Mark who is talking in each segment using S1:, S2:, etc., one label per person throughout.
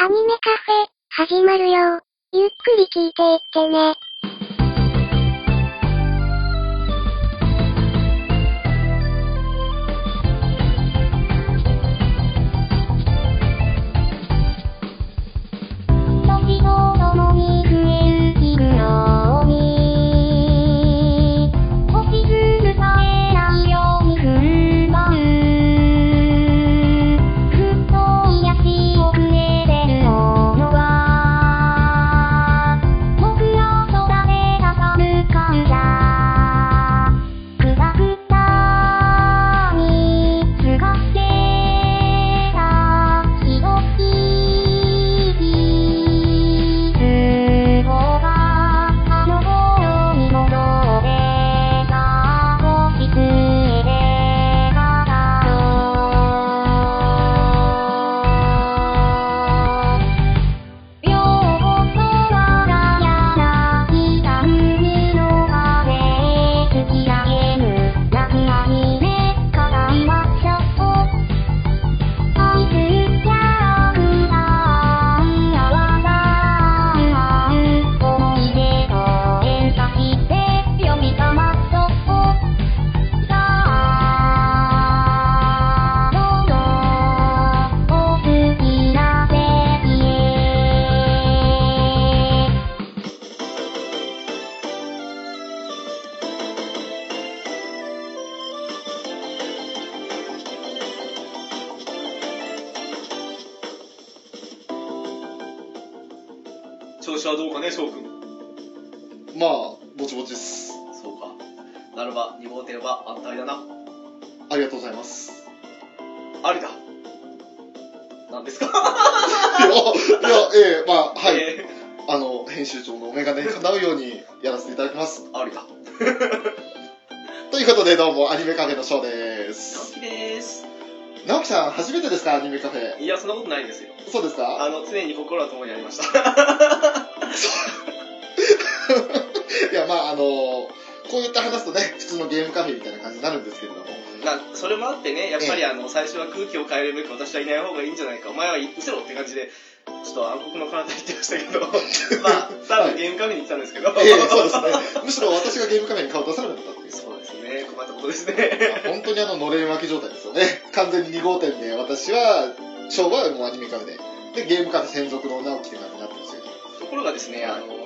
S1: アニメカフェ、始まるよ。ゆっくり聞いていってね。時とともに増える日のように星つぶされないように踏ん張るふっと癒し遅れてるものは僕ら空でかさむ感謝くたくたにすがってたひどきつぼがあの頃に戻ってた星つえで語ろう両方空が柳田海の風へ突き上げる夏アニメからいましょう愛するキャラクターあわが思い出と連鎖して読みたまっとさあどうぞお好きな席へ
S2: 調子はどうかね翔くん
S3: まあぼちぼちです
S4: そうか。ならば、2号店は安泰だな。
S3: ありがとうございます
S4: ありだ。なんですか
S3: いやいやええまあはい、
S4: え
S3: あの編集長のお眼鏡にかなうようにやらせていただきます
S4: ーありだ。
S3: ということでどうもアニメカフェのショーで
S4: 直
S3: す
S4: 樹です。
S3: 直樹さん初めてですかアニメカフェ
S4: いや、そんなことないですよ。
S3: そうですか
S4: あの、常に心は共にありました。
S3: いやまああのこういった話すとね普通のゲームカフェみたいな感じになるんですけれども
S4: なそれもあってね、やっぱりあの、最初は空気を変えるべく私はいない方がいいんじゃないか、お前はい失せろって感じで、ちょっと暗黒の彼方言ってましたけ ど、まあ、多分ゲームカフェに行ったんですけど、
S3: え えそうですねむしろ私がゲームカフェに顔出さなかったっていう
S4: そうですね、困ったことです ね。
S3: まあ本当にあののれん分け状態ですよね完全に2号店で私は昭和はもうアニメカフェででゲームカフェ専属の直樹って感じになってますけど
S4: ところがですね、あの、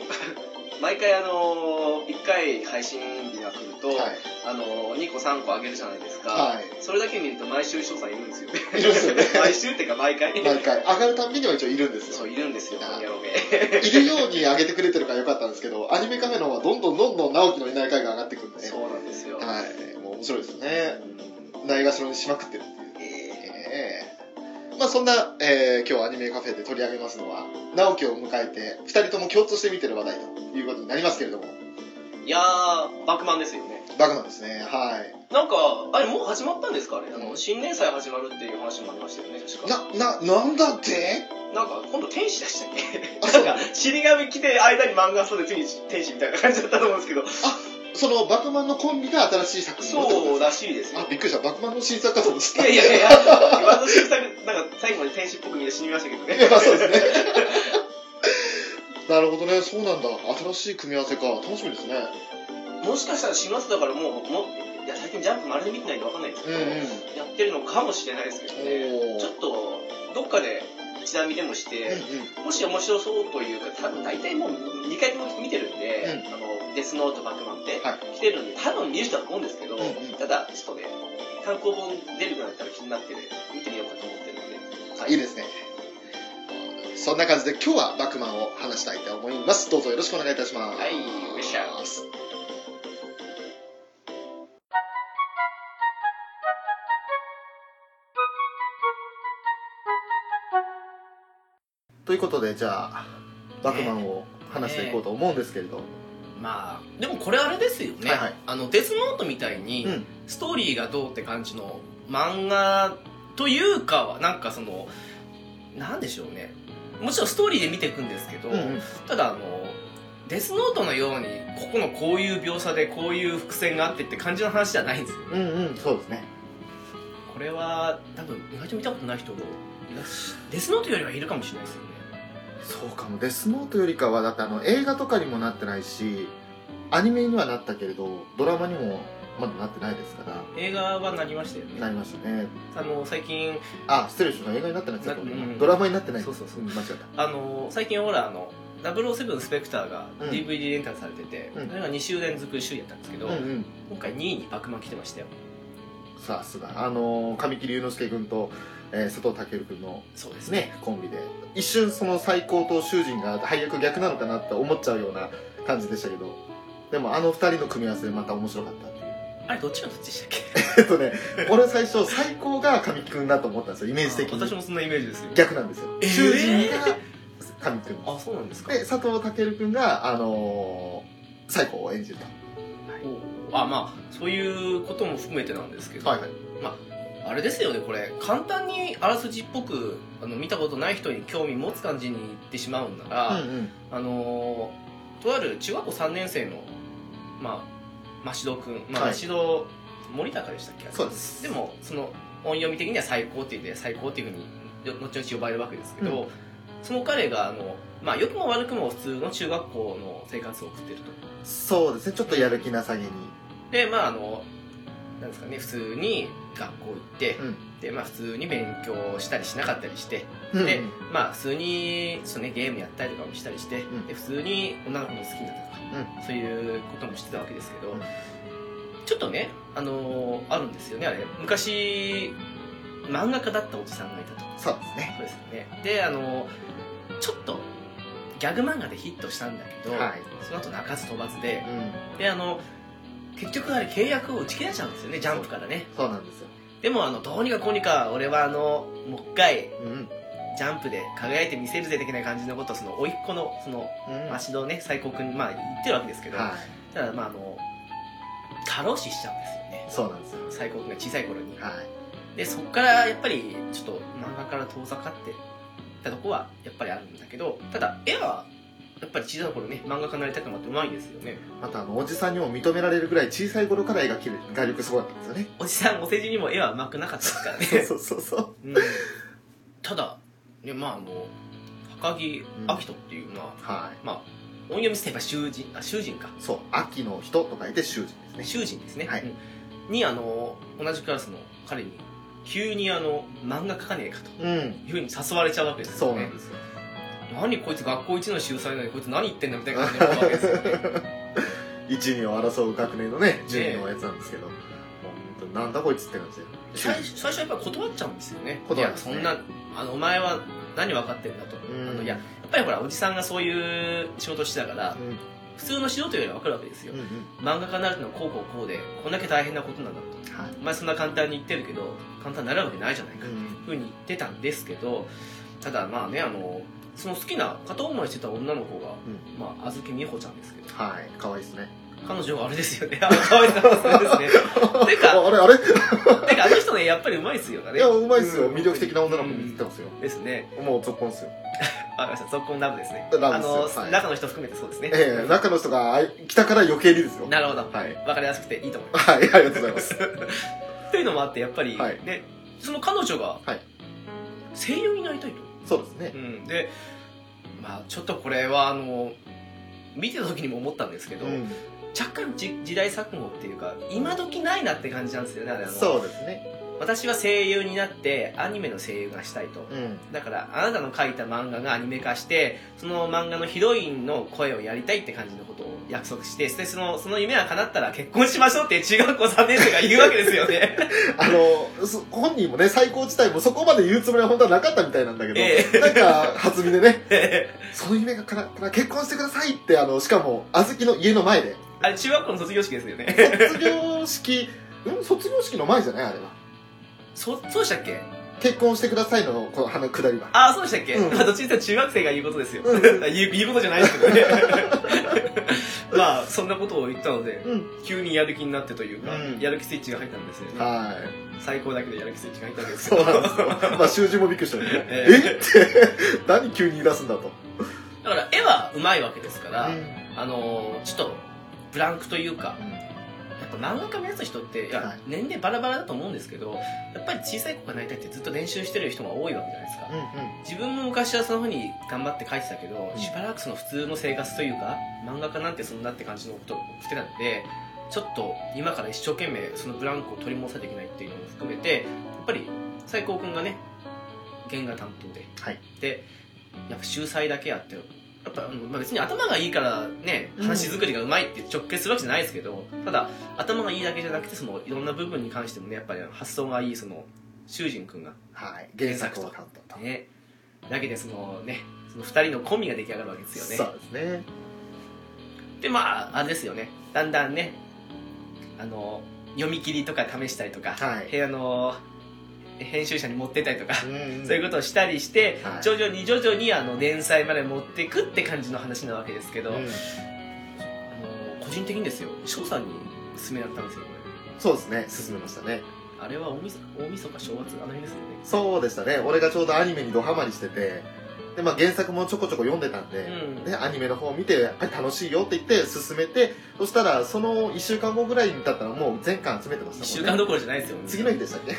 S4: 毎回あの、1回配信日が来ると、
S3: はい
S4: あの、2個3個あげるじゃないですか。
S3: はい。
S4: それだけ見ると毎週翔さんいるんですよね。
S3: いますよね
S4: 毎週っていうか毎回。
S3: 毎回、上がるたんびには一応いるんです
S4: そ
S3: よ。
S4: う、いるんですよ、
S3: あ
S4: この野郎め。
S3: いるように上げてくれてるからよかったんですけど、アニメカフェの方はどんどんどんどん直樹のいない回が上がってくるんで、
S4: そうなんですよ。
S3: はい。もう面白いですよね。
S4: うん
S3: ないがしろにしまくってるっていう。
S4: え
S3: ええまあそんな、えー今日アニメカフェで取り上げますのは、直樹を迎えて、二人とも共通して見てる話題ということになりますけれども、
S4: ーいやー、バックマンですよね。
S3: バカなんですね。はい。
S4: なんか、あれもう始まったんですかあれ。あ
S3: う
S4: の、
S3: ん
S4: 新年祭始まるっていう話もありましたよね、確か。
S3: な、な、なんだって
S4: なんか、今度天使でしたっけ
S3: あ、そ う
S4: なんか、死神来て間に漫画そうで次に天使みたいな感じだったと思うんですけど、
S3: その、バクマンのコンビが新しい作品をってこと
S4: そう
S3: です
S4: らしいですよ
S3: あ、。びっくりした。バクマンの新作かと思っ
S4: い
S3: てた。
S4: やい
S3: い
S4: やいや、今の新作、なんか最後まで天使っぽくみんな死にましたけどね。
S3: や、まあそうですね。なるほどね、そうなんだ。新しい組み合わせか。楽しみですね。
S4: もしかしたら4月だからもう、もういや最近ジャンプまるで見てないんでわかんないですけど、やってるのかもしれないですけどね、
S3: おー
S4: ちょっとどっかでちなみでもして、もし面白そうというか、多分大体もう2回とも見てるんで、
S3: うん
S4: あのデスノート、バックマンって、
S3: は
S4: 来てるんで、多分見る人だと思うんですけど、
S3: うんうん
S4: ただ、ちょっとね、単行本出るくなったら気になってね、見てみようかと思ってるんで、はい
S3: いですね。そんな感じで今日はバクマンを話したいと思います。どうぞよろしくお願いいたします。
S4: はいお願いします
S3: ということで、じゃあ、バクマンを話していこうと思うんですけれど。
S5: まあでもこれあれですよね、
S3: はいはい
S5: あのデスノートみたいに
S3: うん
S5: ストーリーがどうって感じの漫画というかはなんかそのなんでしょうねもちろんストーリーで見ていくんですけど、
S3: うん
S5: ただあのデスノートのようにここのこういう描写でこういう伏線があってって感じの話じゃないんですよね、
S3: うん、うんうん、そうですね。
S5: これは多分意外と見たことない人もいらっしデスノートよりはいるかもしれないですよね
S3: そうかもデスノートよりかはだってあの映画とかにもなってないしアニメにはなったけれどドラマにもまだなってないですから
S4: 映画はなりましたよ
S3: な
S4: ね
S3: りましたね
S4: あの最近
S3: あ失礼しました映画になってないですよ
S4: な
S3: これ
S4: うん
S3: ドラマになってない
S4: そうそうそうん
S3: 間違った
S4: あの最近ほらあの007スペクターが
S3: うん
S4: DVD レンタルされてて、
S3: うん
S4: それが2週連続首位やったんですけど、
S3: うんうん
S4: 今回2位に爆満来てましたよ
S3: さすがあの神木隆之介君と、えー佐藤健君の
S4: そうで
S3: ですす
S4: ね
S3: ねコンビで一瞬その最高と囚人が配役逆なのかなって思っちゃうような感じでしたけどでもあの二人の組み合わせでまた面白かったっていう
S4: あれどっちがどっちでしたっ
S3: えっとね俺最初最高が神木君だと思ったんですよイメージ
S4: け
S3: 的
S4: 私
S3: に
S4: もそんなイメージですよ
S3: 逆なんですよ、
S4: えー
S3: 囚人が神木君
S4: あそうなんですか
S3: で佐藤健君があのー最高を演じると
S4: おあまあそういうことも含めてなんですけど、
S3: はい
S4: あれですよねこれ簡単にあらすじっぽくあの見たことない人に興味持つ感じにいってしまうんなら、
S3: うんうん
S4: あのーとある中学校3年生のまあ真城君、まあ、
S3: はい
S4: 真城森高でしたっけ、
S3: そうです
S4: でもその音読み的には最高って言って最高っていうふうによ後々呼ばれるわけですけど、その彼があのまあ良くも悪くも普通の中学校の生活を送ってると
S3: そうですねちょっとやる気なさげに
S4: でまああのなんですかね普通に学校行って、
S3: うん
S4: でまあ普通に勉強したりしなかったりして
S3: うん
S4: でまあ普通にそう、ね、ゲームやったりとかもしたりして、
S3: ん
S4: で普通に女の子も好きになったとか、そういうこともしてたわけですけど、
S3: うん
S4: ちょっとねあのーあるんですよねあれ昔漫画家だったおじさんがいたと
S3: そうですね
S4: そうですよねであのーちょっとギャグ漫画でヒットしたんだけど、
S3: はい
S4: その後泣かず飛ばずで
S3: うん
S4: であの結局あれ契約を打ち切られちゃうんですよねジャンプからね
S3: そうなんですよ
S4: でもあのどうにかこうにか俺はあのもう一回
S3: うん
S4: ジャンプで輝いて見せるぜ的な感じのことをその甥っ子のその
S3: うん
S4: マシドね最高君にまあ言ってるわけですけど、
S3: は
S4: ただまああの過労死しちゃうんですよね
S3: いそうなんですよ
S4: 最高君が小さい頃に、
S3: はい
S4: でそっからやっぱりちょっと漫画から遠ざかってたとこはやっぱりあるんだけどただ絵はやっぱり小さい頃ね漫画家になりたくなってうまいんですよね
S3: またあのおじさんにも認められるぐらい小さい頃から絵がきれい画力すごかったんですよね
S4: おじさんお世辞にも絵は上手くなかったですからね
S3: そうそうそう
S4: うんただ、ね、まああの高木
S3: うん
S4: 明人っていうのは、
S3: はい
S4: まあ音読みすれば囚人あ囚人か
S3: そう秋の人と書いて囚人ですね
S4: 囚人ですね、
S3: はい
S4: うんにあの同じクラスの彼に急にあの漫画描かねえかと
S3: うん
S4: いうふうに誘われちゃうわけです
S3: そ
S4: よ
S3: うなん
S4: ね
S3: ですよ
S4: 何こいつ学校一の秀才なのにこいつ何言ってんだみたいな感じになるわけで すよね
S3: 一二を争う学年のね順位のやつなんですけど、もう本当になんだこいつって感じで
S4: 最初最初やっぱり断っちゃうんですよねい
S3: 断る
S4: や
S3: んです
S4: そ
S3: ね
S4: んなあのお前は何分かってるんだと、
S3: うん
S4: あのいややっぱりほらおじさんがそういう仕事してたから
S3: うん
S4: 普通の素人よりは分かるわけですよ、
S3: うんうん
S4: 漫画家になるのはこうこうこうでこんだけ大変なことなんだと
S3: はい
S4: お前そんな簡単に言ってるけど簡単になるわけないじゃないか、
S3: うん
S4: ふうに言ってたんですけどただまあねあのその好きな片思いしてた女の子が、
S3: う
S4: まあ、あずきみほちゃんですけど
S3: はい可愛いですね
S4: 彼女はあれですよねあかわいそうなん ですねてか
S3: ああれあれ
S4: てかあの人ねやっぱりうまいっすよね
S3: いやうまいっすよ
S4: うん
S3: 魅力的な女の子見て
S4: うん
S3: ますよ
S4: ですね
S3: もう続婚っすよ
S4: あごめんなさい続婚ラブですね
S3: ラ
S4: あ
S3: ブ
S4: の、
S3: ですよはい
S4: 中の人含めてそうですね、
S3: ええ中の人があ来たから余計にですよ
S4: なるほど
S3: はい
S4: 分かりやすくていいと思います
S3: はいありがとうござい ます
S4: というのもあってやっぱり、
S3: はい
S4: ね、その彼女が
S3: はい
S4: 声優になりたいと、
S3: そうですね
S4: うん、で、まあ、ちょっとこれはあの見てた時にも思ったんですけど、
S3: うん
S4: 若干じ時代錯誤っていうか今時ないなって感じなんですよねあれあの
S3: そうですね
S4: 私は声優になってアニメの声優がしたいと、
S3: うん
S4: だからあなたの書いた漫画がアニメ化してその漫画のヒロインの声をやりたいって感じのことを約束してそしてそのその夢が叶ったら結婚しましょうって中学校3年生が言うわけですよね
S3: あのそ本人もね最高自体もそこまで言うつもりは本当はなかったみたいなんだけど、
S4: ええ
S3: なんか初見でねその夢が叶ったら結婚してくださいってあのしかも小豆の家の前で
S4: あれ中学校の卒業式ですよね
S3: 卒業式うん卒業式の前じゃないあれは
S4: そそうでしたっけ
S3: 結婚してくださいのこの花下りは
S4: ああそうでしたっけ、
S3: うん
S4: まあどっちにせよ中学生が言うことですよ、
S3: うん
S4: 言う 言うことじゃないですけどね まあそんなことを言ったので
S3: うん
S4: 急にやる気になってというか、
S3: うん
S4: やる気スイッチが入ったんですよね
S3: はい
S4: 最高だけどやる気スイッチが入ったんですけ
S3: そ
S4: ど
S3: うなんですよまあ囚人もびっくりしたよね
S4: え
S3: え
S4: え
S3: って 何急に言い出すんだと
S4: だから絵はうまいわけですから、
S3: うん
S4: あのーちょっとブランクというかやっぱ漫画家目指す人って、いや
S3: はい
S4: 年齢バラバラだと思うんですけどやっぱり小さい子がなりたいってずっと練習してる人が多いわけじゃないですか、
S3: うんうん
S4: 自分も昔はそのふうに頑張って書いてたけど、
S3: うん
S4: しばらくその普通の生活というか漫画家なんてそんなって感じのことをしてたのでちょっと今から一生懸命そのブランクを取り戻さなきゃいけないっていうのも含めてやっぱり斉藤君がね原画担当で、
S3: はい
S4: でやっぱ秀才だけやってやっぱ、うんまあ、別に頭がいいからね話作りがうまいって直結するわけじゃないですけど、ただ頭がいいだけじゃなくてそのいろんな部分に関してもねやっぱり発想がいいその修仁君が
S3: はい原作を担当と、
S4: ね、だけでそのねその2人のコンビが出来上がるわけですよ
S3: そ
S4: ね
S3: うですね
S4: でまああれですよねだんだんねあの読み切りとか試したりとか、
S3: はい
S4: 部屋の編集者に持ってったりとか、
S3: うん
S4: そういうことをしたりして、
S3: はい
S4: 徐々に徐々にあの連載まで持ってくって感じの話なわけですけど、
S3: う
S4: あ
S3: ん
S4: の個人的にですよ翔さんにおすすめだったんですよこ
S3: そうですね進めましたね
S4: れあれは大みそ大晦日正月あの辺ですよね
S3: そうでしたね俺がちょうどアニメにドハマりしててで、まあ、原作もちょこちょこ読んでたんで、
S4: うん
S3: でアニメの方を見てあ楽しいよって言って進めてそしたらその1週間後ぐらいに経ったらもう全巻集めてま
S4: 1
S3: した
S4: 週
S3: もん
S4: 間
S3: ね
S4: どころじゃないですよ
S3: 次の日でしたっけ、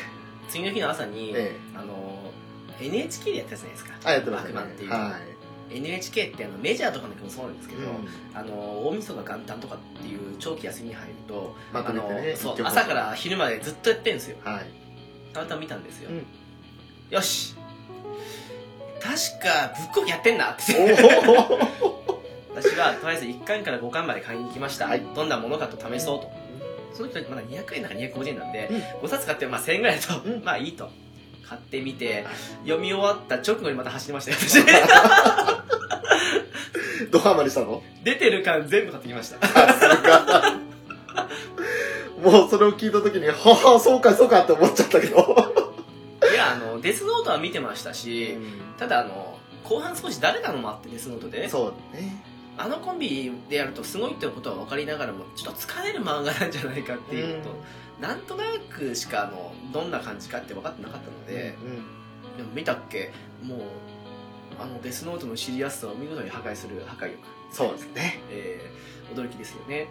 S4: 次の日の朝に、
S3: え
S4: あの NHK でやったじゃないですか
S3: えあやってましたね
S4: 悪魔っていう、
S3: は
S4: NHK ってあのメジャーとかの時もそうなんです
S3: い、
S4: け
S3: う
S4: ど、
S3: ん、
S4: あの大晦日元旦とかっていう長期休みに入ると、
S3: ま
S4: あ
S3: とめて
S4: の
S3: ね
S4: そ
S3: 一
S4: う
S3: 曲
S4: 朝から昼までずっとやってるんですよ
S3: はい
S4: たまたま見たんですよ、
S3: うん
S4: よし確かぶっこきやってんなって
S3: お お
S4: 私はとりあえず1巻から5巻まで買いに行きました、
S3: はい
S4: どんなものかと試そうと、その時まだ200円だか250円なんで、
S3: うん
S4: 5冊買ってまあ1000円ぐらいだと、
S3: うん
S4: まあいいと買ってみて
S3: は
S4: 読み終わった直後にまた走りましたよ私
S3: ドハマりしたの
S4: 出てる巻全部買ってきました
S3: さすが もうそれを聞いた時にはあそうかそうかって思っちゃったけど、
S4: いやあのデスノートは見てましたし、ただあの後半少し誰なのもあってデスノートでね
S3: そうね
S4: あのコンビでやるとすごいってことは分かりながらもちょっと疲れる漫画なんじゃないかっていうこと、なんとなくしかあのどんな感じかって分かってなかったので、
S3: うん
S4: でも見たっけもうあのデスノートの知りやすさを見事に破壊する破壊力、
S3: そうですね
S4: えー驚きですよね
S3: ね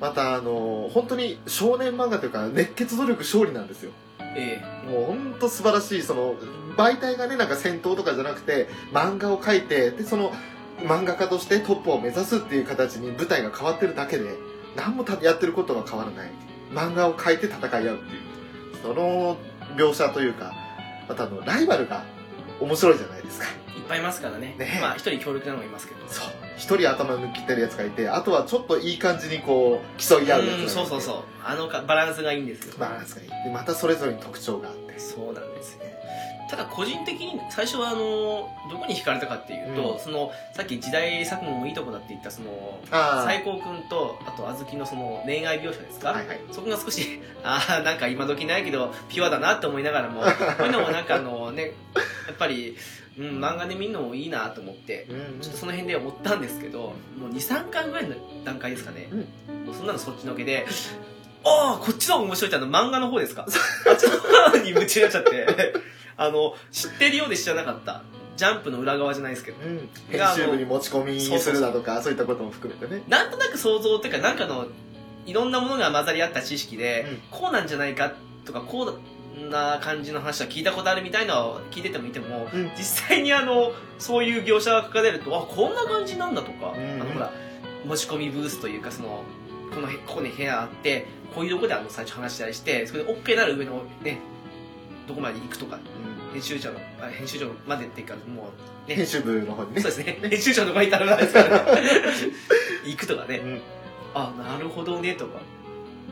S3: またあの本当に少年漫画というか熱血努力勝利なんですよ
S4: え
S3: もう本当素晴らしいその媒体がねなんか戦闘とかじゃなくて漫画を描いてでその漫画家としてトップを目指すっていう形に舞台が変わってるだけで何もたやってることは変わらない漫画を描いて戦い合うっていうその描写というかまたあのライバルが面白いじゃないですか
S4: えいっぱいいますからね
S3: ねえ
S4: まあ一人強力なのがいますけど
S3: そう一人頭抜きってるやつがいてあとはちょっといい感じにこう競い合うやつ
S4: うんそうそう
S3: う
S4: そうあのかバランスがいいんですよ
S3: まあ確かにでまたそれぞれに特徴があって
S4: そうなんですねただ個人的に最初はあのどこに惹かれたかっていうと、
S3: うん
S4: そのさっき時代錯誤もいいとこだって言ったその
S3: あ
S4: 最高君とあと小豆のその恋愛描写ですか、
S3: はいはい
S4: そこが少し ああなんか今時ないけどピュアだなって思いながらもこういうのもなんかあのねやっぱり、うん、漫画で見るのもいいなと思って
S3: うん
S4: ちょっとその辺で思ったんですけどもう23巻ぐらいの段階ですかね、もうそんなのそっちのけでああこっちの方が面白いってあの漫画の方です かあっちの方に夢中になっちゃってあの知ってるようで知らなかったジャンプの裏側じゃないですけど
S3: うん編集部に持ち込みするだとかそういったことも含めてね
S4: なんとなく想像っていうかなんかのいろんなものが混ざり合った知識で、こうなんじゃないかとかこうな感じの話は聞いたことあるみたいなのは聞いててもいても、
S3: うん
S4: 実際にあのそういう描写が書かれるとあこんな感じなんだとか、
S3: うん
S4: あのほら持ち込みブースというかそのこのへここに部屋あってこういうとこであの最初話したりしてそれで OK なら上のねどこまで行くとか編集長のあ編集長までっていうかもうね
S3: 編集部の方にね
S4: そうです ね。編集長の方に頼らないですからね。 行くとかね。
S3: うん
S4: あ、なるほどね、とか。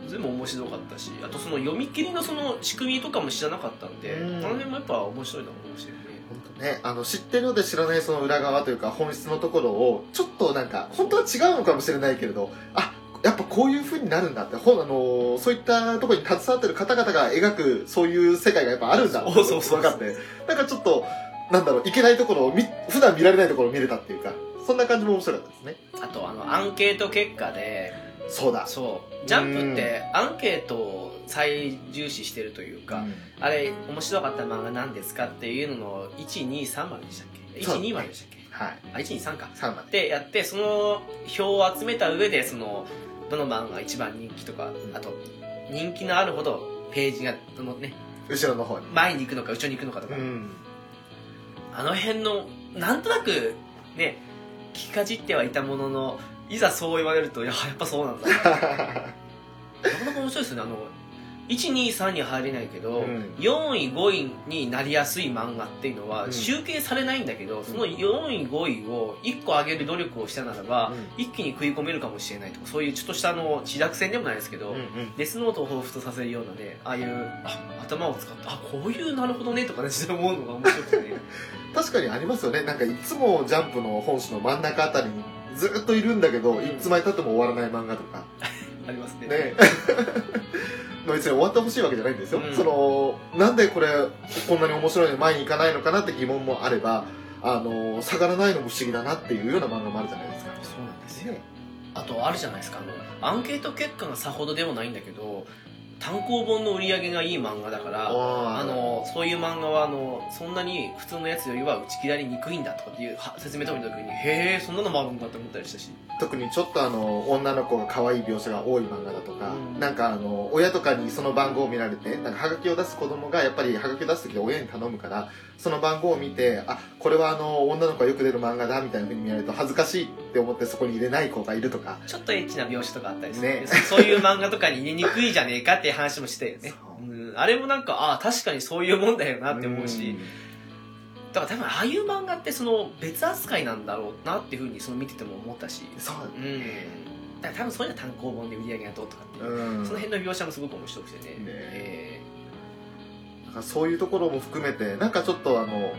S4: 全部面白かったし、あとその読み切りのその仕組みとかも知らなかったんで、
S3: うん
S4: あの辺もやっぱ面白いなと思いましたよね。
S3: 本当ねあの知ってるようで知らないその裏側というか本質のところをちょっとなんか本当は違うのかもしれないけれどあやっぱこういう風になるんだってほんあのそういったところに携わってる方々が描くそういう世界がやっぱあるんだって
S4: そうそうそう
S3: 分かってなんかちょっとなんだろういけないところを見普段見られないところを見れたっていうかそんな感じも面白かったですね
S4: あとあのアンケート結果で、
S3: そうだ
S4: そう、ジャンプってアンケートを最重視してるというか、あれ面白かった漫画何ですかっていうのの1、2、3まででしたっけ
S3: そう
S4: ?1、2まででしたっけ
S3: はい
S4: あ、1、2、3か。
S3: 3ま
S4: でやってその票を集めた上でそのどの漫画が一番人気とか、あと、人気のあるほど、ページが、そのね、
S3: 後ろの方に
S4: 前に行くのか後ろに行くのかとか、
S3: ん
S4: あの辺の、なんとなく、ね、聞きかじってはいたものの、いざそう言われると、いや、やっぱそうなんだ。なかなか面白いですね。あの、1、2、3に入れないけど、
S3: うん
S4: 4位、5位になりやすい漫画っていうのは、
S3: うん
S4: 集計されないんだけど、その4位、5位を1個上げる努力をしたならば、一気に食い込めるかもしれないとか、そういうちょっとしたあの、自作戦でもないですけど、
S3: うんうん
S4: デスノートを彷彿とさせるようなね、ああいう、あ、頭を使った、あ、こういうなるほどね、とかね、自分思うのが面白くてね。
S3: 確かにありますよねなんかいつもジャンプの本誌の真ん中あたりにずっといるんだけど、
S4: ん
S3: いつまでたっても終わらない漫画とか
S4: ありますね。
S3: ねまあ別に終わってほしいわけじゃないんですよ、
S4: うん
S3: そのなんでこれこんなに面白いのに前に行かないのかなって疑問もあればあの下がらないのも不思議だなっていうような漫画もあるじゃないですか
S4: そうなんですよ。あと、あるじゃないですか、あの、アンケート結果がさほどでもないんだけど、単行本の売り上げがいい漫画だから、あ
S3: あー
S4: の、そういう漫画は、あの、そんなに普通のやつよりは打ち切られにくいんだとかっていうは説明を見た時に、へえ、そんなのもあるんだって思ったりしたし。
S3: 特にちょっとあの女の子が可愛い描写が多い漫画だとか、
S4: うん
S3: なんかあの親とかにその番号を見られてなんかハガキを出す子供がやっぱりハガキを出す時親に頼むからその番号を見てあこれはあの女の子がよく出る漫画だみたいな風に見られると恥ずかしいって思ってそこに入れない子がいるとか
S4: ちょっとエッチな描写とかあったりする、
S3: ね
S4: ね、そそういう漫画とかに入れにくいじゃねえかっていう話もしてよね
S3: そううん
S4: あれもなんかああ確かにそういうもんだよなって思うし、だから多分ああいう漫画ってその別扱いなんだろうなっていうふうにその見てても思ったし
S3: うんそう
S4: うんだから多分そういうのは単行本で売り上げがどうとかっていう、
S3: うん
S4: その辺の描写もすごく面白くてね
S3: ね
S4: え
S3: なんかそういうところも含めてなんかちょっとあの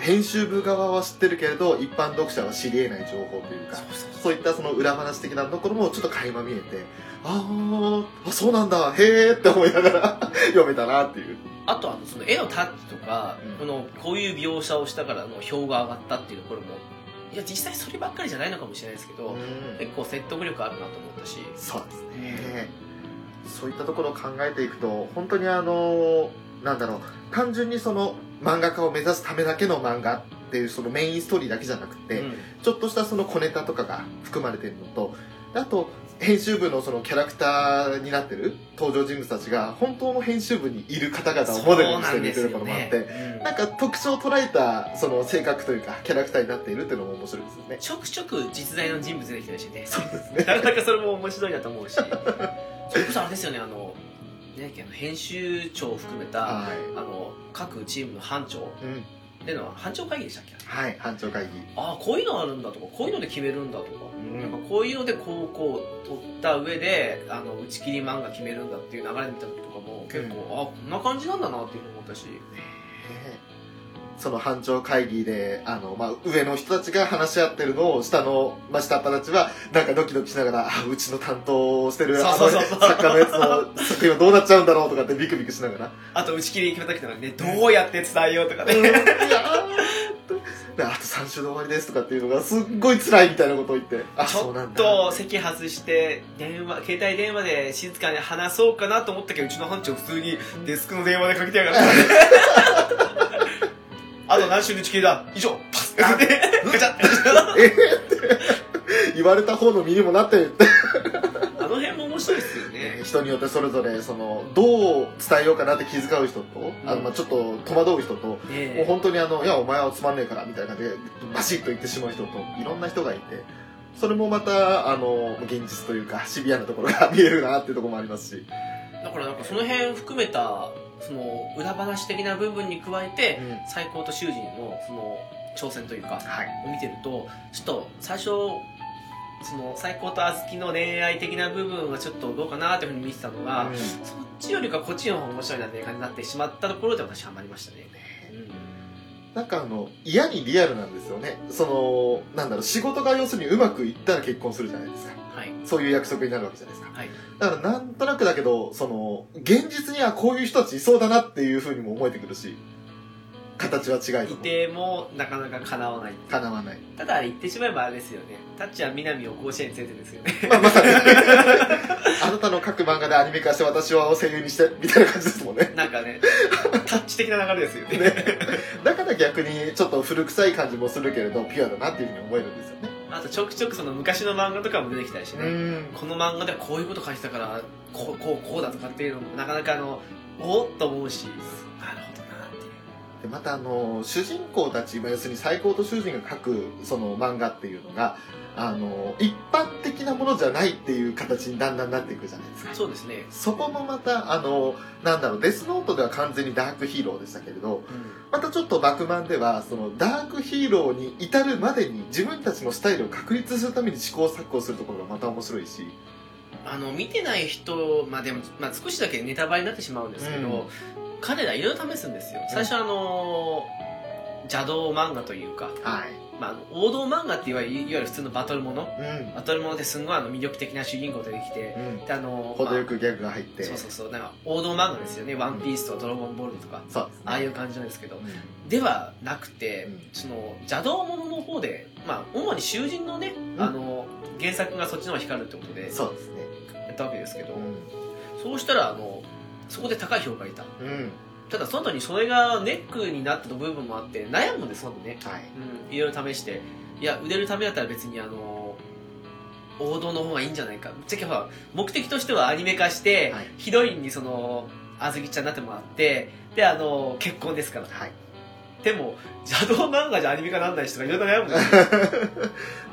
S3: 編集部側は知ってるけれど一般読者は知り得ない情報という
S4: ー
S3: か
S4: そうそうそう
S3: そういったその裏話的なところもちょっと垣間見えて、あーあ、そうなんだ、へーって思いながら 読めたなっていう。
S4: あとあのその絵のタッチとか、
S3: う
S4: こ
S3: ん
S4: のこういう描写をしたからの票が上がったっていうところもいや実際そればっかりじゃないのかもしれないですけど、結構説得力あるなと思ったし、
S3: そうですね。そういったところを考えていくと、本当にあのーなんだろう、単純にその漫画家を目指すためだけの漫画っていうそのメインストーリーだけじゃなくて、
S4: うん
S3: ちょっとしたその小ネタとかが含まれているのと、であと、編集部のそのキャラクターになってる登場人物たちが本当の編集部にいる方々をモデルにしてるっていうところもあって、
S4: そうなんですよね
S3: なんか特徴を捉えたその性格というかキャラクターになっているっていうのも面白いですよね。
S4: ちょくちょく実在の人物出てきたりしてね
S3: そうですね。
S4: なかなかそれも面白いなと思 うしそれこそあれですよねあのねあの編集長を含めたあ
S3: は
S4: の各チームの班長
S3: い。うん。
S4: での班長会議でしたっけ
S3: はい。班長会議。
S4: ああこういうのあるんだとかこういうので決めるんだとか
S3: うん
S4: なんかこういうのでこうこう取った上であの打ち切り漫画決めるんだっていう流れ見た時とかも結構、ああこんな感じなんだなっていうの思ったし
S3: その班長会議で、あの、まあ、上の人たちが話し合ってるのを、下の、まあ、下っ端たちは、なんかドキドキしながら、あ、うちの担当をしてる、
S4: そう
S3: あ
S4: そ
S3: の
S4: うそうそう
S3: 作家のやつの作品はどうなっちゃうんだろうとかってビクビクしながら。
S4: あと打ち切り決めた時とかねどうやって伝えようとかね
S3: いやーであと3週で終わりですとかっていうのが、すっごい辛いみたいなことを言って。あ、
S4: ち
S3: そ
S4: ょ
S3: うなん
S4: っ
S3: だ。
S4: と席外して電話携帯電話で静かに話そうかなと思ったけどうちの班長普通にデスクの電話でかけて やがったあと何週の打ち切りだ以上パ ス
S3: あ
S4: でガチャ
S3: えーって言われた方の身にもなって
S4: あの辺も面白いですよね
S3: えー人によってそれぞれそのどう伝えようかなって気遣う人と、あのまあちょっと戸惑う人と、もう
S4: ね
S3: 本当にあの「いやお前はつまんねえから」みたいな感じでバシッと言ってしまう人といろんな人がいてそれもまたあの現実というかシビアなところが見えるなっていうところもありますし、
S4: だからなんかその辺含めたその裏話的な部分に加えて最高と囚人のその挑戦というか
S3: はい
S4: を見てるとちょっと最初その最高と小豆の恋愛的な部分はちょっとどうかなというふうに見てたのが、そっちよりかこっちの方が面白いなっていう感じになってしまったところで私はまりましたね。
S3: なんかあの嫌にリアルなんですよねそのなんだろう仕事が要するにうまくいったら結婚するじゃないですか
S4: はい。
S3: そういう約束になるわけじゃないですか
S4: はい。
S3: だからなんとなくだけど、その、現実にはこういう人たちいそうだなっていうふうにも思えてくるし、形は違い
S4: い
S3: とも
S4: てもなかなか叶わない。
S3: 叶わない。
S4: ただ言ってしまえばあれですよね。タッチは南を甲子園に連れてですよね。
S3: まあ、まさに。 あなたの各漫画でアニメ化して私は声優にして、みたいな感じですもんね。
S4: なんかね、タッチ的な流れですよね
S3: だから逆にちょっと古臭い感じもするけれどピュアだなっていうふうに思えるんですよね
S4: あとちょくちょくその昔の漫画とかも出てきたりしてね、この漫画ではこういうこと書いてたからこうこうこうだとかっていうのもなかなかあのおーっと思うしなるほどなっていう
S3: でまたあの主人公たちまあ要するに最高と主人が書くその漫画っていうのがあの一般的なものじゃないっていう形にだんだんなっていくじゃないですか
S4: そうですね、
S3: そこもまたあのなんだろうデスノートでは完全にダークヒーローでしたけれどまたちょっと「バクマン」ではそのダークヒーローに至るまでに自分たちのスタイルを確立するために試行錯誤するところがまた面白いし
S4: あの見てない人まあでも、まあ、少しだけネタバレになってしまうんですけど、
S3: うん
S4: 彼らいろいろ試すんですよ最初あの邪道漫画というか、
S3: はい、
S4: まあ、王道漫画っていわゆるいわゆる普通のバトルもの
S3: うん
S4: バトルものってすんごいあの魅力的な主人公出てきて
S3: うん、
S4: であの
S3: 程よ
S4: ま
S3: くギャグが入っ
S4: あ
S3: て
S4: そうそうそうなんか王道漫画ですよね「ワンピースとか「ドラゴンボール」とか
S3: そうですね
S4: ああいう感じなんですけど
S3: う
S4: ではなくて、
S3: うん
S4: その邪道ものの方で、まあ、主に囚人のね、
S3: ん
S4: あの原作がそっちの方が光るってことで
S3: んそうですね
S4: やったわけですけど、
S3: う
S4: そうしたらあのそこで高い評価がいた
S3: ん、うん、
S4: ただその後にそれがネックになった部分もあって悩むんですよね、
S3: はい
S4: うん、いろいろ試していや売れるためだったら別にあの王道の方がいいんじゃないかぶっちゃけほら目的としてはアニメ化して、
S3: はい
S4: ヒロインにそのあずきちゃんになってもらってであの結婚ですから
S3: はい
S4: でも邪道漫画じゃアニメ化なんない人がいろいろ悩むんですよ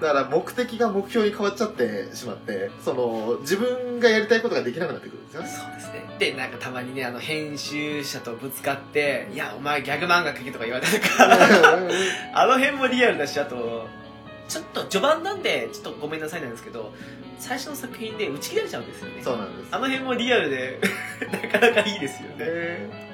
S3: だから目的が目標に変わっちゃってしまってその自分がやりたいことができなくなってくるんです よね
S4: そうですねでなんかたまにねあの編集者とぶつかって「いやお前ギャグ漫画描け」とか言われたりとか あの辺もリアルだしあとちょっと序盤なんでちょっとごめんなさいなんですけど最初の作品で打ち切られちゃうんですよね
S3: そうなんです
S4: あの辺もリアルで なかなかいいですよね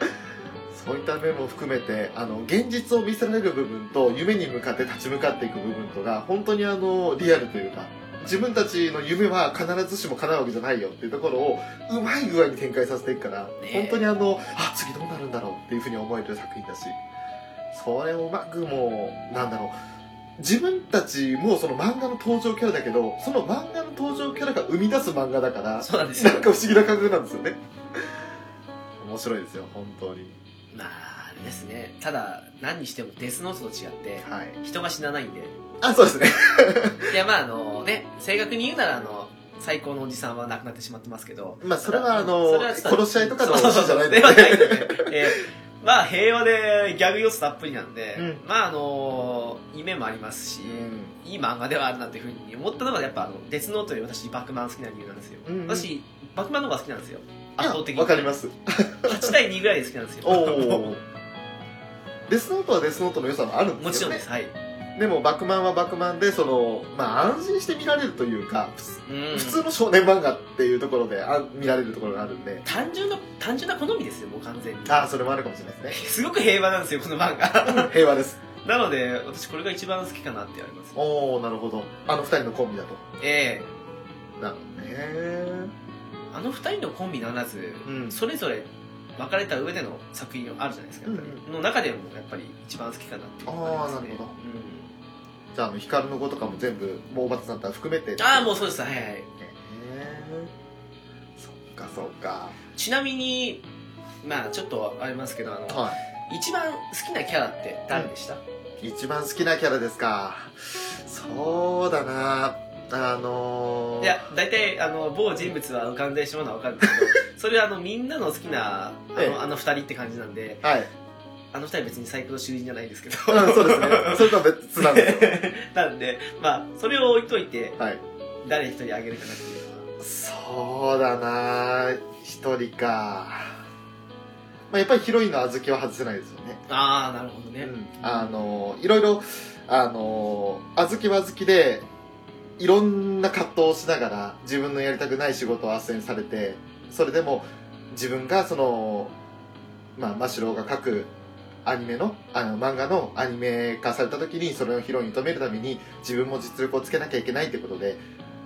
S3: そういった面も含めてあの現実を見せられる部分と夢に向かって立ち向かっていく部分とが本当にあのリアルというか自分たちの夢は必ずしも叶うわけじゃないよっていうところをうまい具合に展開させていくから、
S4: え
S3: 本当にあのあ次どうなるんだろうっていうふうに思える作品だしそれをうまくもうなんだろう自分たちもその漫画の登場キャラだけどその漫画の登場キャラが生み出す漫画だから
S4: そうなんです
S3: な
S4: よ
S3: んか不思議な感覚なんですよね。面白いですよ、本当に。
S4: まああれですねただ何にしてもデスノートと違って
S3: はい。
S4: 人が死なないんで
S3: あ、そうですね。
S4: いやまああのね正確に言うならあの最高のおじさんは亡くなってしまってますけど
S3: まあ、それはあ
S4: そ
S3: の
S4: れは、
S3: 殺し合いとかの
S4: そうそう
S3: 話じ
S4: そ
S3: ゃ
S4: う
S3: ない
S4: で
S3: の
S4: は
S3: で。
S4: ないので、えーまあ平和でギャグ要素たっぷりなんで、
S3: うん
S4: まああの夢もありますし、
S3: うん
S4: いい漫画ではあるなというふうに思ったのがやっぱあの「デスノート」より私バックマン好きな理由なんですよ、
S3: うんうん
S4: 私バックマンの方が好きなんですよ
S3: い
S4: 圧
S3: や
S4: 倒的に
S3: わかります。
S4: 8対2ぐらいで好きなんですよ
S3: おお。デスノートはデスノートの良さもあるん
S4: も
S3: です
S4: ち
S3: よ
S4: ろん
S3: ね。
S4: です、はい、
S3: でも、バクマンはバクマンで、その、まあ、安心して見られるというか、
S4: うん
S3: 普通の少年漫画っていうところであ見られるところがあるんで、
S4: 単純な単純な好みですよもう完全に
S3: ああ、それもあるかもしれない ですね。
S4: すごく平和なんですよこの漫画
S3: 平和です。
S4: なので私これが一番好きかなって言われます
S3: おおなるほど。あの二人のコンビだと。
S4: ええ
S3: なるほどね。
S4: あの二人のコンビならず、
S3: うん
S4: それぞれ別れた上での作品あるじゃないですか、やっぱり
S3: うん
S4: の中でもやっぱり一番好きかなっていうのがりますね
S3: あーなるほどじゃあ、あの、ヒカルの子とかも全部、もうおばたさんとは含めて。
S4: うんああもうそうですはいはい
S3: へーそっかそっか。
S4: ちなみにまあちょっとありますけどあの
S3: は
S4: 一番好きなキャラって誰でした、
S3: い。一番好きなキャラですか。そうだなあのー、
S4: いや大体あの某人物は浮かんでしまうのは分かるんですけ どそれはあのみんなの好きなあ
S3: ええ
S4: のあの二人って感じなんで
S3: はい。
S4: あの二人は別に最高の囚人じゃないですけど、
S3: うん、そ うですね。それとは別なんですよ。
S4: なんでまあそれを置いといて
S3: はい。
S4: 誰一人あげるかなっていうのは
S3: そうだな一人か。まあ、やっぱりヒロインの小豆は外せないですよね。
S4: ああなるほどね、
S3: あのいろいろあの小豆は小豆でいろんな葛藤をしながら自分のやりたくない仕事を斡旋されてそれでも自分がそのまあ真四郎が書くアニメのあの漫画のアニメ化された時にそれをヒロインに止めるために自分も実力をつけなきゃいけないってことで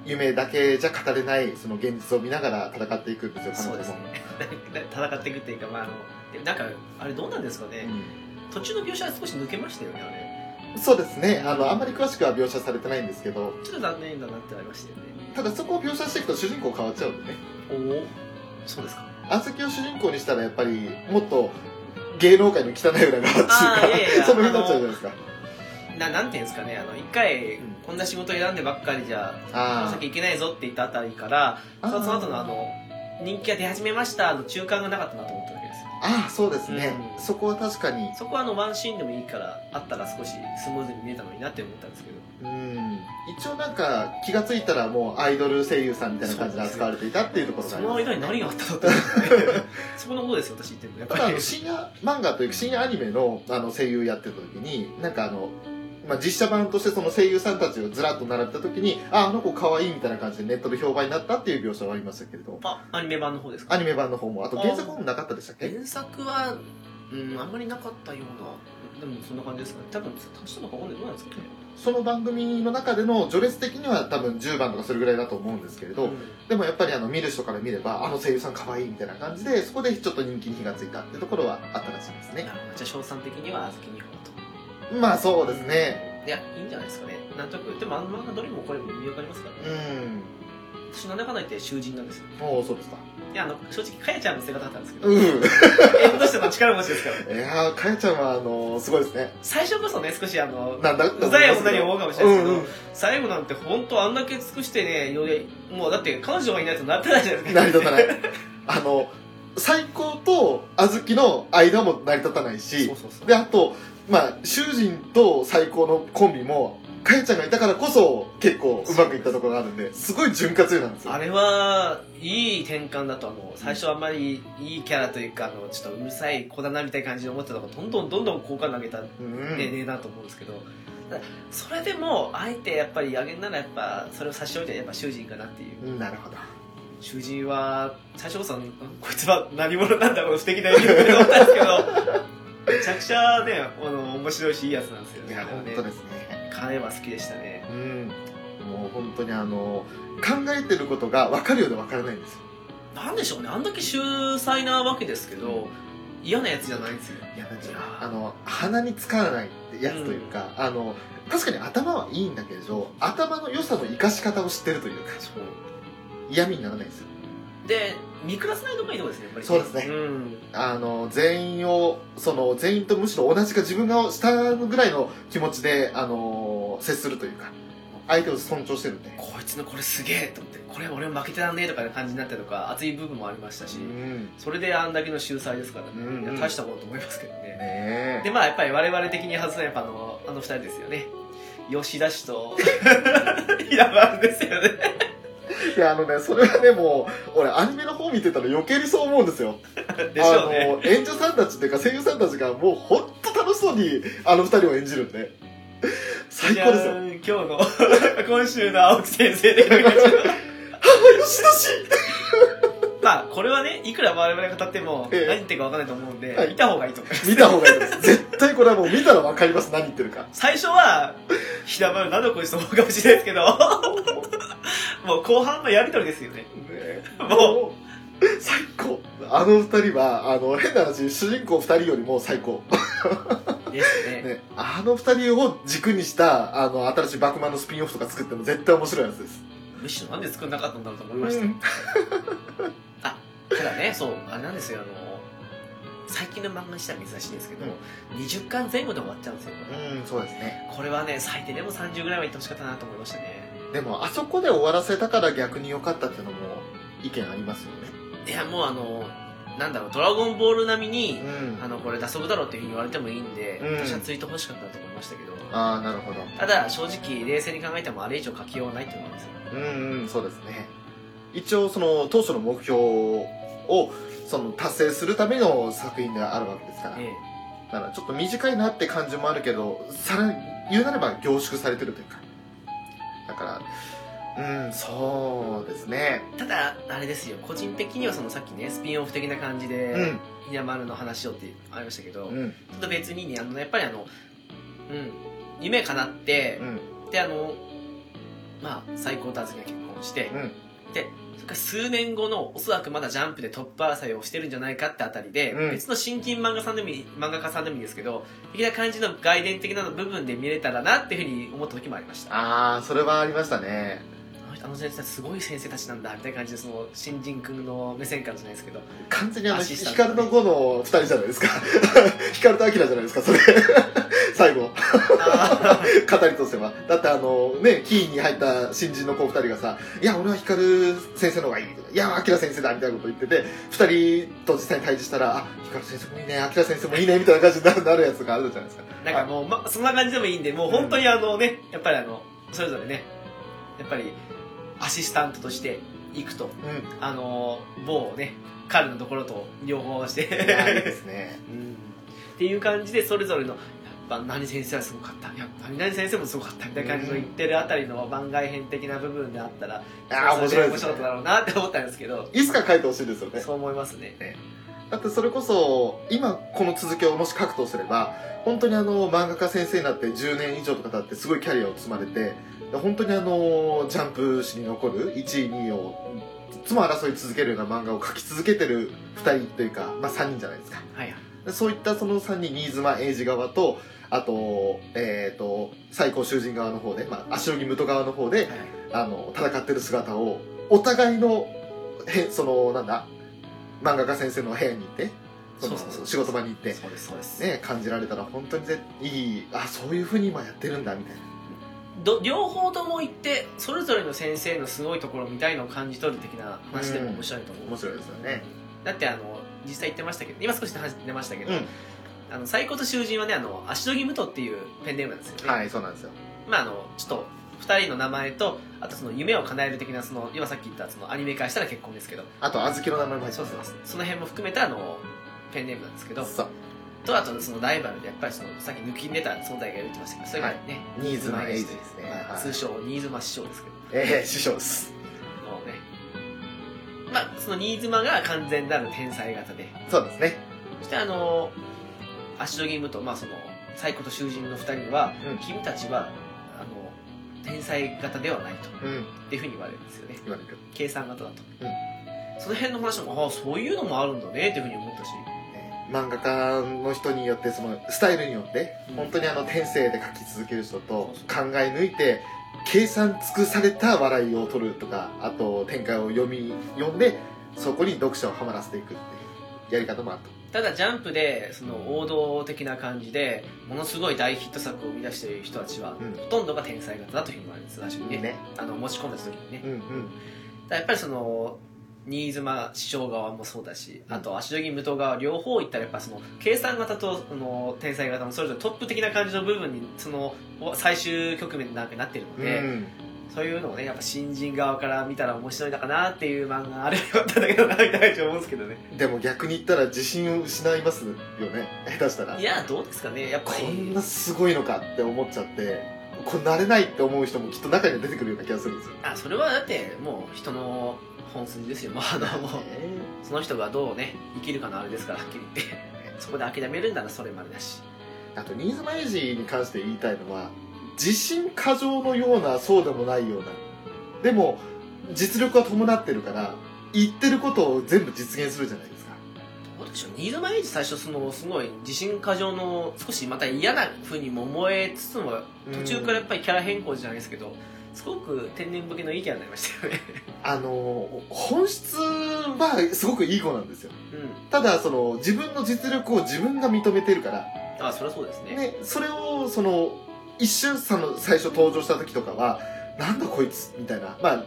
S3: 夢だけじゃ語れないその現実を見ながら戦っていくんですよ彼
S4: そう
S3: 女も
S4: ですね 戦っていくっていうかまああのでもなんかあれどうなんですかね、途中の描写は少し抜けましたよねあれ
S3: うんそうですねあのあんまり詳しくは描写されてないんですけど
S4: ちょっと残念だなってありましたよね
S3: ただそこを描写していくと主人公変わっちゃうんでね
S4: おおそうですか
S3: 小豆を主人公にしたらやっぱりもっと芸能界の汚い裏側ってい
S4: あ
S3: うか
S4: ーいやいやいや
S3: その辺になっちゃうじゃないですか
S4: ななんていうんですかねあの一回
S3: うん
S4: こんな仕事選んでばっかりじゃこの
S3: あ
S4: 先行けないぞって言ったあたりから
S3: あ
S4: そ
S3: ー
S4: のその後のあの人気が出始めましたの中間がなかったなと思ったわけですよ
S3: ああそうですね、
S4: うん
S3: そこは確かに
S4: そこはあのワンシーンでもいいからあったら少しスムーズに見えたのになって思ったんですけど
S3: うん一応なんか気がついたらもうアイドル声優さんみたいな感じで扱われていたっていうところが
S4: そ
S3: ありま
S4: の
S3: す
S4: 間に何があったの って思ってそこの方ですよ私言ってるのやったぱ
S3: だあ
S4: り
S3: の深夜漫画というか深夜アニメのあの声優やってた時になんかあの、まあ、実写版としてその声優さんたちをずらっと並べた時にああの子可愛いみたいな感じでネットで評判になったっていう描写はありましたけれど
S4: あアニメ版の方ですか
S3: アニメ版の方もあと原作本もなかったでしたっけ
S4: 原作はうんあんまりなかったようなでもそんな感じですかね多分足したのか分かんないどうなんですかね
S3: その番組の中での序列的には多分10番とかそれぐらいだと思うんですけれど、
S4: ん
S3: でもやっぱりあの見る人から見ればあの声優さん可愛いみたいな感じでそこでちょっと人気に火がついたってところはあったらしいです
S4: じ
S3: ね
S4: ゃあ賞賛的には小豆2本と
S3: まあそうですね
S4: いやいいんじゃないですかねなんとなくでもあの漫画どれもこれも魅力ありますからね、
S3: うん
S4: 私なんだかんだ言って囚人なんですよ
S3: おおそうですか
S4: いやあの正直かやちゃんの姿だったんですけど、
S3: うん い
S4: 演としての力持ちですから
S3: やーかやちゃんはあのすごいですね
S4: 最初こそね少しあの
S3: なんだ
S4: うざい女に思うかもしれないですけど、
S3: うん
S4: 最後なんて本当あんだけ尽くしてねよりもうだって彼女がいないとなってないじゃないですか
S3: 成り立たないあの最高と小豆の間も成り立たないし
S4: そうそうそう
S3: であとまあ囚人と最高のコンビもかやちゃんがいたからこそ結構うまくいったところがあるんですごい潤滑油なんですよ
S4: あれはいい転換だとあの最初あんまりいいキャラというかあのちょっとうるさい子だなみたいな感じで思ってたのがどんどんどんどん好感投げたね
S3: うん
S4: ねえなと思うんですけどただそれでもあえてやっぱりあげんならやっぱそれを差し置いてやっぱ囚人かなっていう
S3: うんなるほど
S4: 囚人は最初こそんこいつは何者なんだこの不敵な生き物って思ったんですけどめちゃくちゃねあの面白いしいいやつなんですよ
S3: い
S4: ね
S3: や
S4: あれは
S3: 本
S4: ね
S3: 当ですね
S4: 彼は好きでしたね
S3: うんもう本当にあの考えてることが分かるようで分からないんですよ
S4: なんでしょうねあんだけ秀才なわけですけど嫌なやつじゃないんですよ
S3: いやなんていうのあの鼻につかないやつというか、あの確かに頭はいいんだけれど頭の良さの生かし方を知ってるというか
S4: そう
S3: 嫌味にならないんですよ
S4: で見下さないのがいいとこですねやっぱり
S3: そうですね
S4: ん
S3: あの全員をその全員とむしろ同じか自分が下ぐらいの気持ちであの接するというか相手を尊重してるんで
S4: こいつのこれすげえと思ってこれ俺も負けてらんねえとかいう感じになったりとか熱い部分もありましたし、
S3: うんね
S4: それであんだけの秀才ですからね、
S3: うんうん
S4: いや大したものと思いますけどね
S3: え
S4: でまあやっぱり我々的に外すのはやっぱあのあの二人ですよね吉田氏 と平原ですよね
S3: いやあのねそれはねもう俺アニメの方見てたら余計にそう思うんですよ
S4: でしょう
S3: あ
S4: ね
S3: の演者さんたちっていうか声優さんたちがもう本当楽しそうにあの二人を演じるんで最高ですよ
S4: じゃあ今日の 今週の青木先生でお願いします
S3: よしだし
S4: まあこれはねいくら我々が語っても
S3: ええ
S4: 何言ってるか分かんないと思うんで、
S3: はい
S4: 見た方がいいと思います
S3: 見た方がいいです絶対これはもう見たら分かります何言ってるか
S4: 最初は平原などこいつと思うかもしれないですけ どもう後半のやりとりですよね
S3: もう最高あの二人はあの変な話主人公二人よりも最高、
S4: ですね
S3: ね、あの二人を軸にしたあの新しいバクマンのスピンオフとか作っても絶対面白いやつです
S4: むしろなんで作んなかったんだろうと思いました、ただねそうあれなんですよあの最近の漫画にしたら珍しいんですけど、20巻前後で終わっちゃうんですよ
S3: うんそうですね
S4: これはね最低でも30ぐらいはいってほしかったなと思いましたね
S3: でもあそこで終わらせたから逆に良かったっていうのも意見ありますよね
S4: いやもうあのなんだろう「ドラゴンボール」並みに、
S3: ん
S4: あのこれ打足だろっていうふうに言われてもいいんで、
S3: うん
S4: 私はついてほしかったなと思いましたけど
S3: ああなるほど
S4: ただ正直冷静に考えてもあれ以上書きようはないと思いますよ
S3: うんうんそうですね一応その当初の目標をその達成するための作品であるわけですから、
S4: ええ
S3: だからちょっと短いなって感じもあるけどさらに言うなれば凝縮されてるというかだからうんそうですね
S4: ただあれですよ個人的にはそのさっきねスピンオフ的な感じで、
S3: うん
S4: ひなまるの話をってありましたけど、
S3: うん
S4: ちょっと別にね、あの、やっぱりあの、うん、夢叶って
S3: う、ん
S4: で、あの、まあ、最高達が結婚して、で、それから数年後の、おそらくまだジャンプでトップ争いをしてるんじゃないかってあたりで、
S3: うん
S4: 別の新規漫画さんでもいい、漫画家さんでもいいんですけど、的な感じの外伝的な部分で見れたらなっていうふうに思った時もありました。
S3: ああそれはありましたね
S4: の人あの先生はすごい先生たちなんだみたいな感じでその新人君の目線からじゃないですけど
S3: 完全にあの
S4: アシスタント
S3: 光の碁の2人じゃないですか 光と明じゃないですかそれ 最後
S4: あ
S3: 語りとせばだってあのねキーに入った新人の子2人がさ「いや俺は光先生の方がいい」とか「いや明先生だ」みたいなこと言ってて2人と実際に対峙したら「あ光先生もいいね明先生もいいね」みたいな感じになるなるやつがあるじゃないですか
S4: ーなんかもう、ま、そんな感じでもいいんでもう本当にあのねやっぱりあのそれぞれねやっぱりアシスタントとして行くと
S3: うん
S4: あの某ね彼のところと両方して
S3: いやいいですね
S4: うんっていう感じでそれぞれのやっぱ何先生はすごかったやっぱ何々先生もすごかったみたいな感じの言ってるあたりの番外編的な部分であったら
S3: ああ面
S4: それぞれ
S3: 白い
S4: 面
S3: です
S4: 白かった
S3: ね
S4: だろうなって思ったんですけど
S3: いつか書いてほしいですよね
S4: そう思いますね
S3: だってそれこそ今この続きをもし書くとすれば本当にあの漫画家先生になって10年以上とか経ってすごいキャリアを積まれて本当にあのジャンプ史に残る1位2位をいつも争い続けるような漫画を書き続けてる2人というか、まあ、3人じゃないですか
S4: はいはい
S3: でそういったその3人新妻英二側とあと,、えー、と最高囚人側の方で、まあ、足尾義武人側の方で
S4: はいはい
S3: あの戦ってる姿をお互いのへそのなんだ漫画家先生の部屋に行ってその
S4: そうそうそう
S3: 仕事場に行って、
S4: そうですそうです、
S3: ね、感じられたら本当にぜいいあそういうふうに今やってるんだみたいな
S4: ど両方とも行ってそれぞれの先生のすごいところみたいのを感じ取る的な話でも面白いと思う、
S3: 面白いですよね
S4: だってあの実際言ってましたけど今少し話出ましたけど、
S3: うん
S4: あの最高と囚人はねあの足取り武藤っていうペンネームなんですよね、
S3: はいそうなんですよ
S4: まああのちょっと2人の名前とあとその夢を叶える的なその今さっき言ったそのアニメ化したら結婚ですけど
S3: あと小豆の名前も入って
S4: そうそう
S3: ま
S4: そ
S3: す
S4: うその辺も含めたあのペンネームなんですけど
S3: そう
S4: とあとそのライバルでやっぱりそのさっき抜きんでた存在が言ってましたけどそれがね、
S3: 新妻英二ですね、
S4: まあ
S3: はい
S4: 通称新妻師匠ですけど
S3: えー、師匠です
S4: もうねまあその新妻が完全なる天才型で
S3: そうですね
S4: そしてあの足取りムとまあその最古と囚人の2人は、
S3: うん
S4: 君たちはあの天才型ではないと
S3: うん
S4: っていうふうに言われるんですよね
S3: 言われる
S4: 計算型だと、
S3: うん
S4: その辺の話もああそういうのもあるんだねっていうふうに思ったし
S3: ね漫画家の人によってそのスタイルによって
S4: うん
S3: 本当にあの天性で描き続ける人と
S4: そう
S3: 考え抜いて計算尽くされた笑いを取るとかあと展開を読み読んでそこに読者をはまらせていくっていうやり方もある
S4: ただジャンプでその王道的な感じでものすごい大ヒット作を生み出している人たちは、
S3: うん
S4: ほとんどが天才型だというふうに言われるんです最初
S3: と
S4: にね
S3: ね
S4: あの持ち込んだ時にね、
S3: うんうん
S4: ただやっぱりその新妻師匠側もそうだしあと足利武藤側両方行ったらやっぱその計算型とあの天才型もそれぞれトップ的な感じの部分にその最終局面なんかになってるの
S3: う
S4: で、
S3: ん
S4: そういうのをねやっぱ新人側から見たら面白いのかなっていう漫画あればよかったんだけどなみたいな思うんですけどね
S3: でも逆に言ったら自信を失いますよね下手したら
S4: いやどうですかねやっぱ
S3: こん
S4: り
S3: なすごいのかって思っちゃってこう慣れないって思う人もきっと中には出てくるような気がするんですよ
S4: あそれはだってもう人の本筋ですよもうあのもうその人がどうね生きるかのあれですからはっきり言ってそこで諦めるならそれまでだし
S3: あと新妻エイジに関して言いたいのは自信過剰のようなそうでもないようなでも実力は伴ってるから言ってることを全部実現するじゃないですか
S4: どうでしょう新妻エイジ最初そのすごい自信過剰の少しまた嫌な風にも思えつつも途中からやっぱりキャラ変更じゃないですけどすごく天然ボケのいいキャラになりましたよね
S3: あの本質はすごくいい子なんですよ
S4: う
S3: ただその自分の実力を自分が認めてるから
S4: んあそりゃそうですね
S3: ね、それをその一瞬その最初登場した時とかはなんだこいつみたいなまあ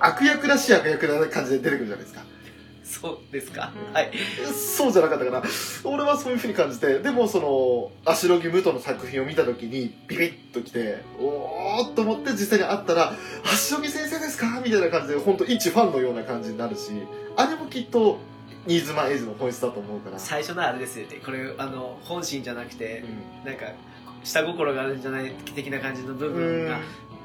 S3: 悪役らしい悪役な感じで出てくるじゃないですか
S4: そうですかはい
S3: そうじゃなかったかな俺はそういうふうに感じてでもその足ロギムトの作品を見た時にビビッときておーっと思って実際に会ったら「足ロギ先生ですか?」みたいな感じで本当一ファンのような感じになるしあれもきっと新妻エイジの本質だと思うから、
S4: 最初のあれですよねこれあの本心じゃなくて
S3: う
S4: なんか下心があるんじゃない的な感じの部
S3: ん
S4: 分が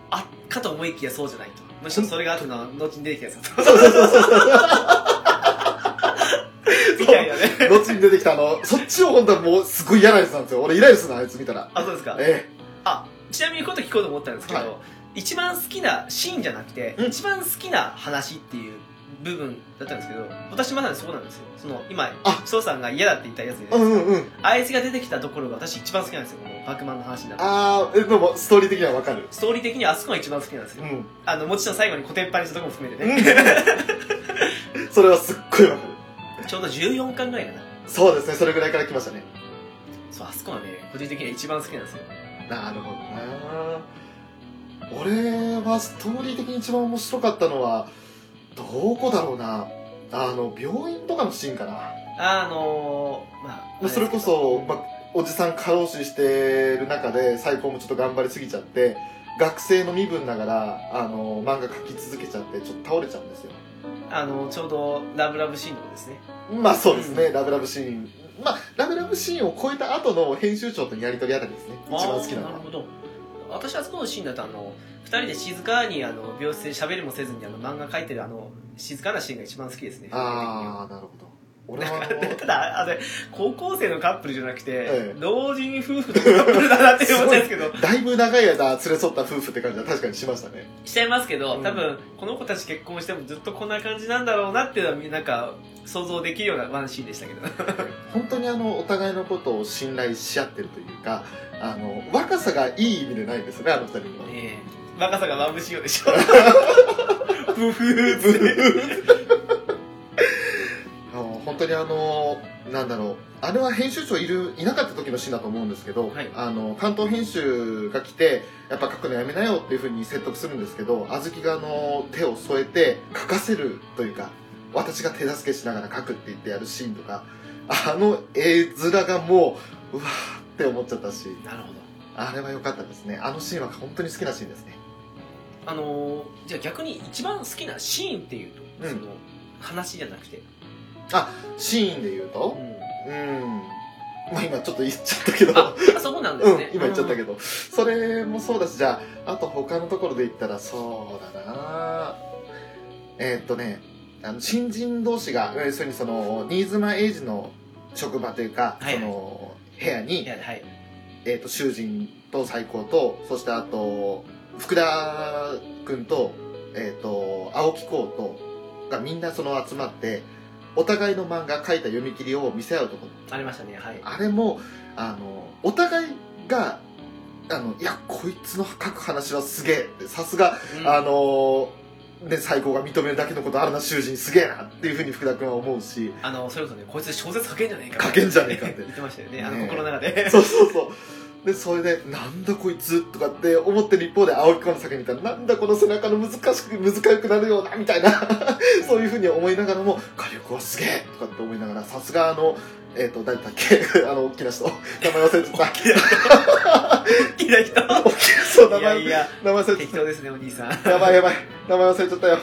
S4: あかと思いきやそうじゃないとむしろそれがあとの後に出てきたやつだ
S3: そうそうそうそう
S4: と みたいなね
S3: 後に出てきたあのそっちを本当はもうすごい嫌なやつなんですよ俺イライラするのあいつ見たら
S4: あそうですか
S3: え
S4: あちなみにこういうこと聞こうと思ったんですけど、
S3: は
S4: 一番好きなシーンじゃなくて、
S3: うん
S4: 一番好きな話っていう部分だったんですけど私まさにそうなんですよその今
S3: あ
S4: ソウさんが嫌だって言ったやつで、
S3: うんうんうん
S4: あいつが出てきたところが私一番好きなんですよこのパックマンの話になって
S3: ああでもストーリー的にはわかる
S4: ストーリー的にあそこが一番好きなんです
S3: う
S4: よ、
S3: ん
S4: あのもちろん最後にコテンパンにしたとこも含めてね、
S3: それはすっごいわかる
S4: ちょうど14巻ぐらいかな
S3: そうですねそれぐらいから来ましたね
S4: そうあそこはね個人的には一番好きなんですよ
S3: なるほどな俺はストーリー的に一番面白かったのはどこだろうなあの病院とかのシーンかな
S4: あのー、まああ
S3: もう
S4: れ
S3: それこそ、まあ、おじさん過労死してる中で最高もちょっと頑張りすぎちゃって学生の身分ながらあの漫画描き続けちゃってちょっと倒れちゃうんですよ
S4: あのちょうどラブラブシーンのとこですね
S3: まあそうですね、ラブラブシーンまあラブラブシーンを超えた後の編集長とのやり取りあたりですね一番好きなの
S4: あーな
S3: は
S4: るほど私あそこのシーンだとあの2人で静かにあの病室で喋りもせずにあの漫画描いてるあの静かなシーンが一番好きですね
S3: ああなるほど俺はあの
S4: ただあの高校生のカップルじゃなくて、
S3: ええ
S4: 老人夫婦のカップルだなって思っちゃうんですけど
S3: だいぶ長い間連れ添った夫婦って感じは確かにしましたね
S4: しちゃいますけど、
S3: うん
S4: 多分この子たち結婚してもずっとこんな感じなんだろうなっていうのはなんか想像できるようなワンシーンでした けど
S3: 本当にあのお互いのことを信頼し合ってるというかあの若さがいい意味でないんですねあの二人には
S4: ねえ若さが眩しいようで しょブフーブ
S3: あの本当にあのなんだろうあれは編集長いるいなかった時のシーンだと思うんですけど、
S4: はい
S3: あの担当編集が来てやっぱ書くのやめなよっていうふうに説得するんですけど小豆があの手を添えて書かせるというか私が手助けしながら書くって言ってやるシーンとかあの絵面がもううわーって思っちゃったし
S4: なるほど
S3: あれは良かったですねあのシーンは本当に好きなシーンですね
S4: あのーじゃあ逆に一番好きなシーンっていうと、
S3: うん
S4: その話じゃなくて、
S3: シーンで言う
S4: う
S3: と
S4: ん
S3: うんまあ今ちょっと言っちゃったけど
S4: ああそこなんです
S3: うん
S4: ね、、
S3: 今言っちゃったけ
S4: ど
S3: ど、それもそうだしじゃああと他のところで言ったらそうだなえーっとねあの新人同士が要するにその新妻英二の職場というか、
S4: はいはい
S3: その部屋に、
S4: はいはい
S3: えーっと囚人と最高とそしてあと福田君と,、えーっと青木浩とがみんなその集まってお互いの漫画書いた読み切りを見せ合うところ
S4: ありましたねはい
S3: あれもあのお互いがあのいやこいつの書く話はすげえさすが、
S4: うん
S3: あのね最高が認めるだけのことあるな囚人すげえなっていうふうに福田君は思うし
S4: あのそれこそねこいつ小説書けんじゃねえか
S3: 書けんじゃねえかって
S4: 言ってましたよねあの
S3: ねえ
S4: 心の中で
S3: そうそうそうでそれで「なんだこいつ」とかって思ってる一方で青木君の作品見たら「なんだこの背中の難しく難しくなるような」みたいなそういうふうに思いながらも「火力はすげえ!」とかって思いながらさすがあのえっ、と誰だっけ あの大きな人名前忘れてた
S4: いやいや
S3: そう名
S4: いや
S3: 前
S4: いや
S3: 名前忘れて
S4: 適
S3: た
S4: 当ですねお兄さん
S3: やばいやばい。名前忘れちゃったよ。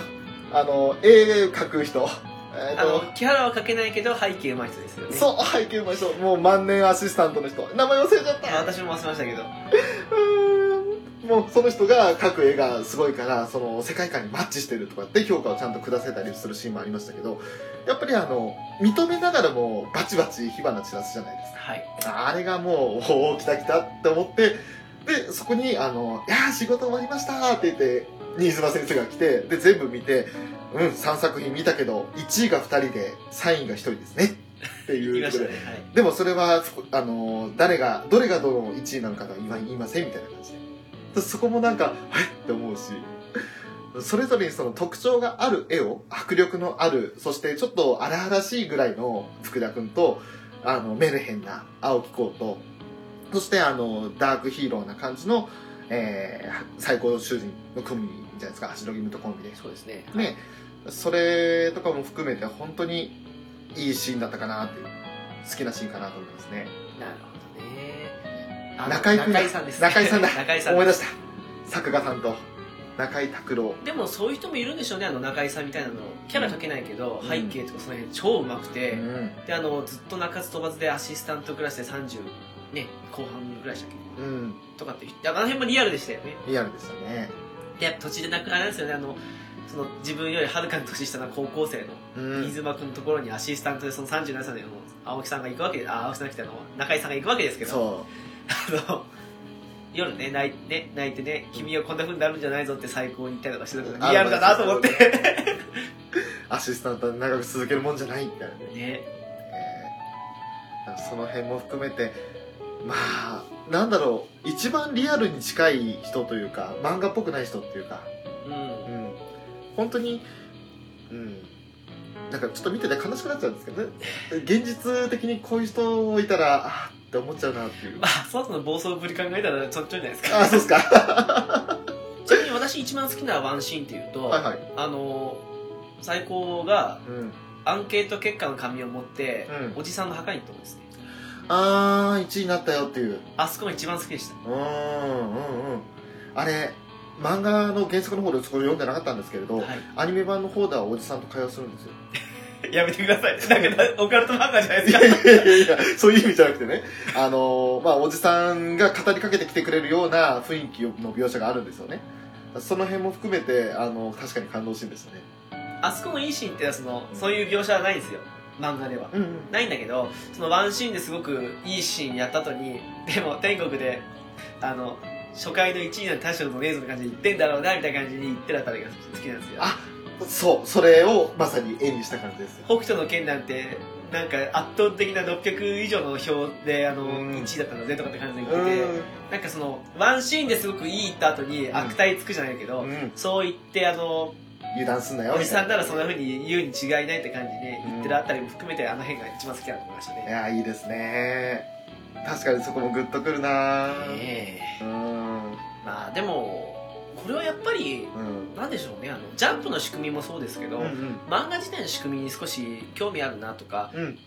S3: あの、絵描く人。えっ、
S4: あの
S3: と、
S4: キャラは書けないけど背景うまい人ですよね
S3: そう、背景の人。もう万年アシスタントの人。名前忘れちゃっ
S4: あ
S3: た。
S4: 私も忘れましたけど
S3: うーんもうその人が描く絵がすごいから、その世界観にマッチしてるとかって評価をちゃんと下せたりするシーンもありましたけど、やっぱりあの、認めながらもバチバチ火花散らすじゃないですか。
S4: はい
S3: あれがもう、おお、来た来たって思って、で、そこに、あの、いやー、仕事終わりましたーって言って、新妻先生が来て、で、全部見て、うん、3作品見たけど、1位が2人で、3位が1人ですね。ってい
S4: 言いうま
S3: こ
S4: し
S3: と
S4: たね
S3: で。でもそれは、ふあの、誰が、どれがどの1位なのかとは今言いませんみたいな感じでで。そこもなんか、えっって思うし。それぞれにその特徴がある絵を、迫力のある、そしてちょっと荒々しいぐらいの福田くんと、あの、メルヘンな青木コと、そしてあの、ダークヒーローな感じの、えー、最高主人のコンビじゃないですか、足のギムとコンビで
S4: はい。そうですね
S3: ね、それとかも含めて本当にいいシーンだったかなっていう好きなシーンかなと思いま すね
S4: なるほどねあの
S3: 中井君だ
S4: 中井さんです
S3: 中井さんだ
S4: 中井さん
S3: 思い
S4: で
S3: 出
S4: す
S3: した作画さんと中井拓郎
S4: でもそういう人もいるんでしょうねあの中井さんみたいなのキャラ書けないけど、
S3: うん
S4: 背景とかその辺超うまくて、
S3: うん
S4: であのずっと鳴かず飛ばずでアシスタントクラスで30ね後半ぐらいでしたっけ
S3: うん
S4: とかっていうあの辺もリアルでしたよね
S3: リアルでしたね
S4: でやっぱ途中でなくあれなんですよねあのその自分よりはるかに年下の高校生の
S3: うん
S4: 飯妻君のところにアシスタントでその37歳の青木さんが行くわけであ青木さんが来たの中井さんが行くわけですけど
S3: そ
S4: あの夜ね泣いね泣いてね君はこんなふうになるんじゃないぞって最高に言ったりとかしてたからリアルだなと思って
S3: あ アシスタントは長く続けるもんじゃないみたいな ね、
S4: ね
S3: えーその辺も含めてまあなんだろう一番リアルに近い人というか漫画っぽくない人っていうか
S4: うん
S3: うん本当にうんなんかちょっと見てて悲しくなっちゃうんですけ どね現実的にこういう人いたらあーって思っちゃう なっていう
S4: まあその後の暴走ぶり考えたらちょっちょいじゃないです
S3: あー
S4: か
S3: そうっすか
S4: ちなみに私一番好きなワンシーンっていうと、
S3: はいはい
S4: あの最高が
S3: うん
S4: アンケート結果の紙を持って、
S3: うん
S4: おじさんの墓に行ったとこですね
S3: ああ1位になったよっていう
S4: あそこが一番好きでした
S3: うんうんうんあれ漫画の原作の方でこれ読んでなかったんですけれど、
S4: は
S3: アニメ版の方ではおじさんと会話するんですよ
S4: い、やめてくださいなんかオカルト漫画じゃないで
S3: い
S4: す
S3: やい
S4: か
S3: やいやいや そういう意味じゃなくてねあのーまあおじさんが語りかけてきてくれるような雰囲気の描写があるんですよねその辺も含めてあの確かに感動シーンでしたね
S4: あそこのいいシーンってのはそのそういう描写はないんですよ漫画では
S3: うんうん
S4: ないんだけどそのワンシーンですごくいいシーンやった後にでも天国であの初回の1位なんて大したことねえぞって感じで言ってんだろうなみたいな感じに言ってるあたりが好きなんですよ
S3: あそうそれをまさに絵にした感じです
S4: 北斗の拳なんてなんか圧倒的な600以上の票であの
S3: うん
S4: 1位だったんだぜとかって感じで言ってて、なんかそのワンシーンですごくいいった後に悪態つくじゃないけど、
S3: うん
S4: そう言ってあの
S3: 油断すんなよ
S4: おじさんならそんな
S3: みたい
S4: 風に言うに違いないって感じで言ってるあたりも含めてあの辺が一番好きだと思いました
S3: い
S4: ね、
S3: やいいですね確かにそこもグッとくるな
S4: ええ
S3: うん
S4: まあでもこれはやっぱり
S3: うん
S4: なんでしょうねあのジャンプの仕組みもそうですけど、
S3: うん
S4: 漫画自体の仕組みに少し興味あるなとか
S3: うん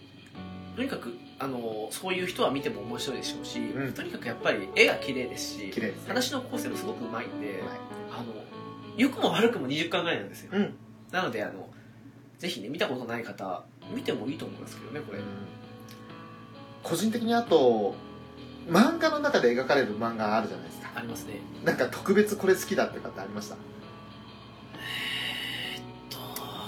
S4: とにかくあのそういう人は見ても面白いでしょうし、
S3: うん
S4: とにかくやっぱり絵が綺麗ですし
S3: 綺麗ですね
S4: 話の構成もすごくうまいんで、
S3: うまい
S4: あの良くも悪くも20巻ぐらいなんですよ、
S3: うん
S4: なのであのぜひね見たことない方見てもいいと思いますけどねこれ、
S3: 個人的にあと漫画の中で描かれる漫画あるじゃないですか
S4: ありますね
S3: なんか特別これ好きだって方ありました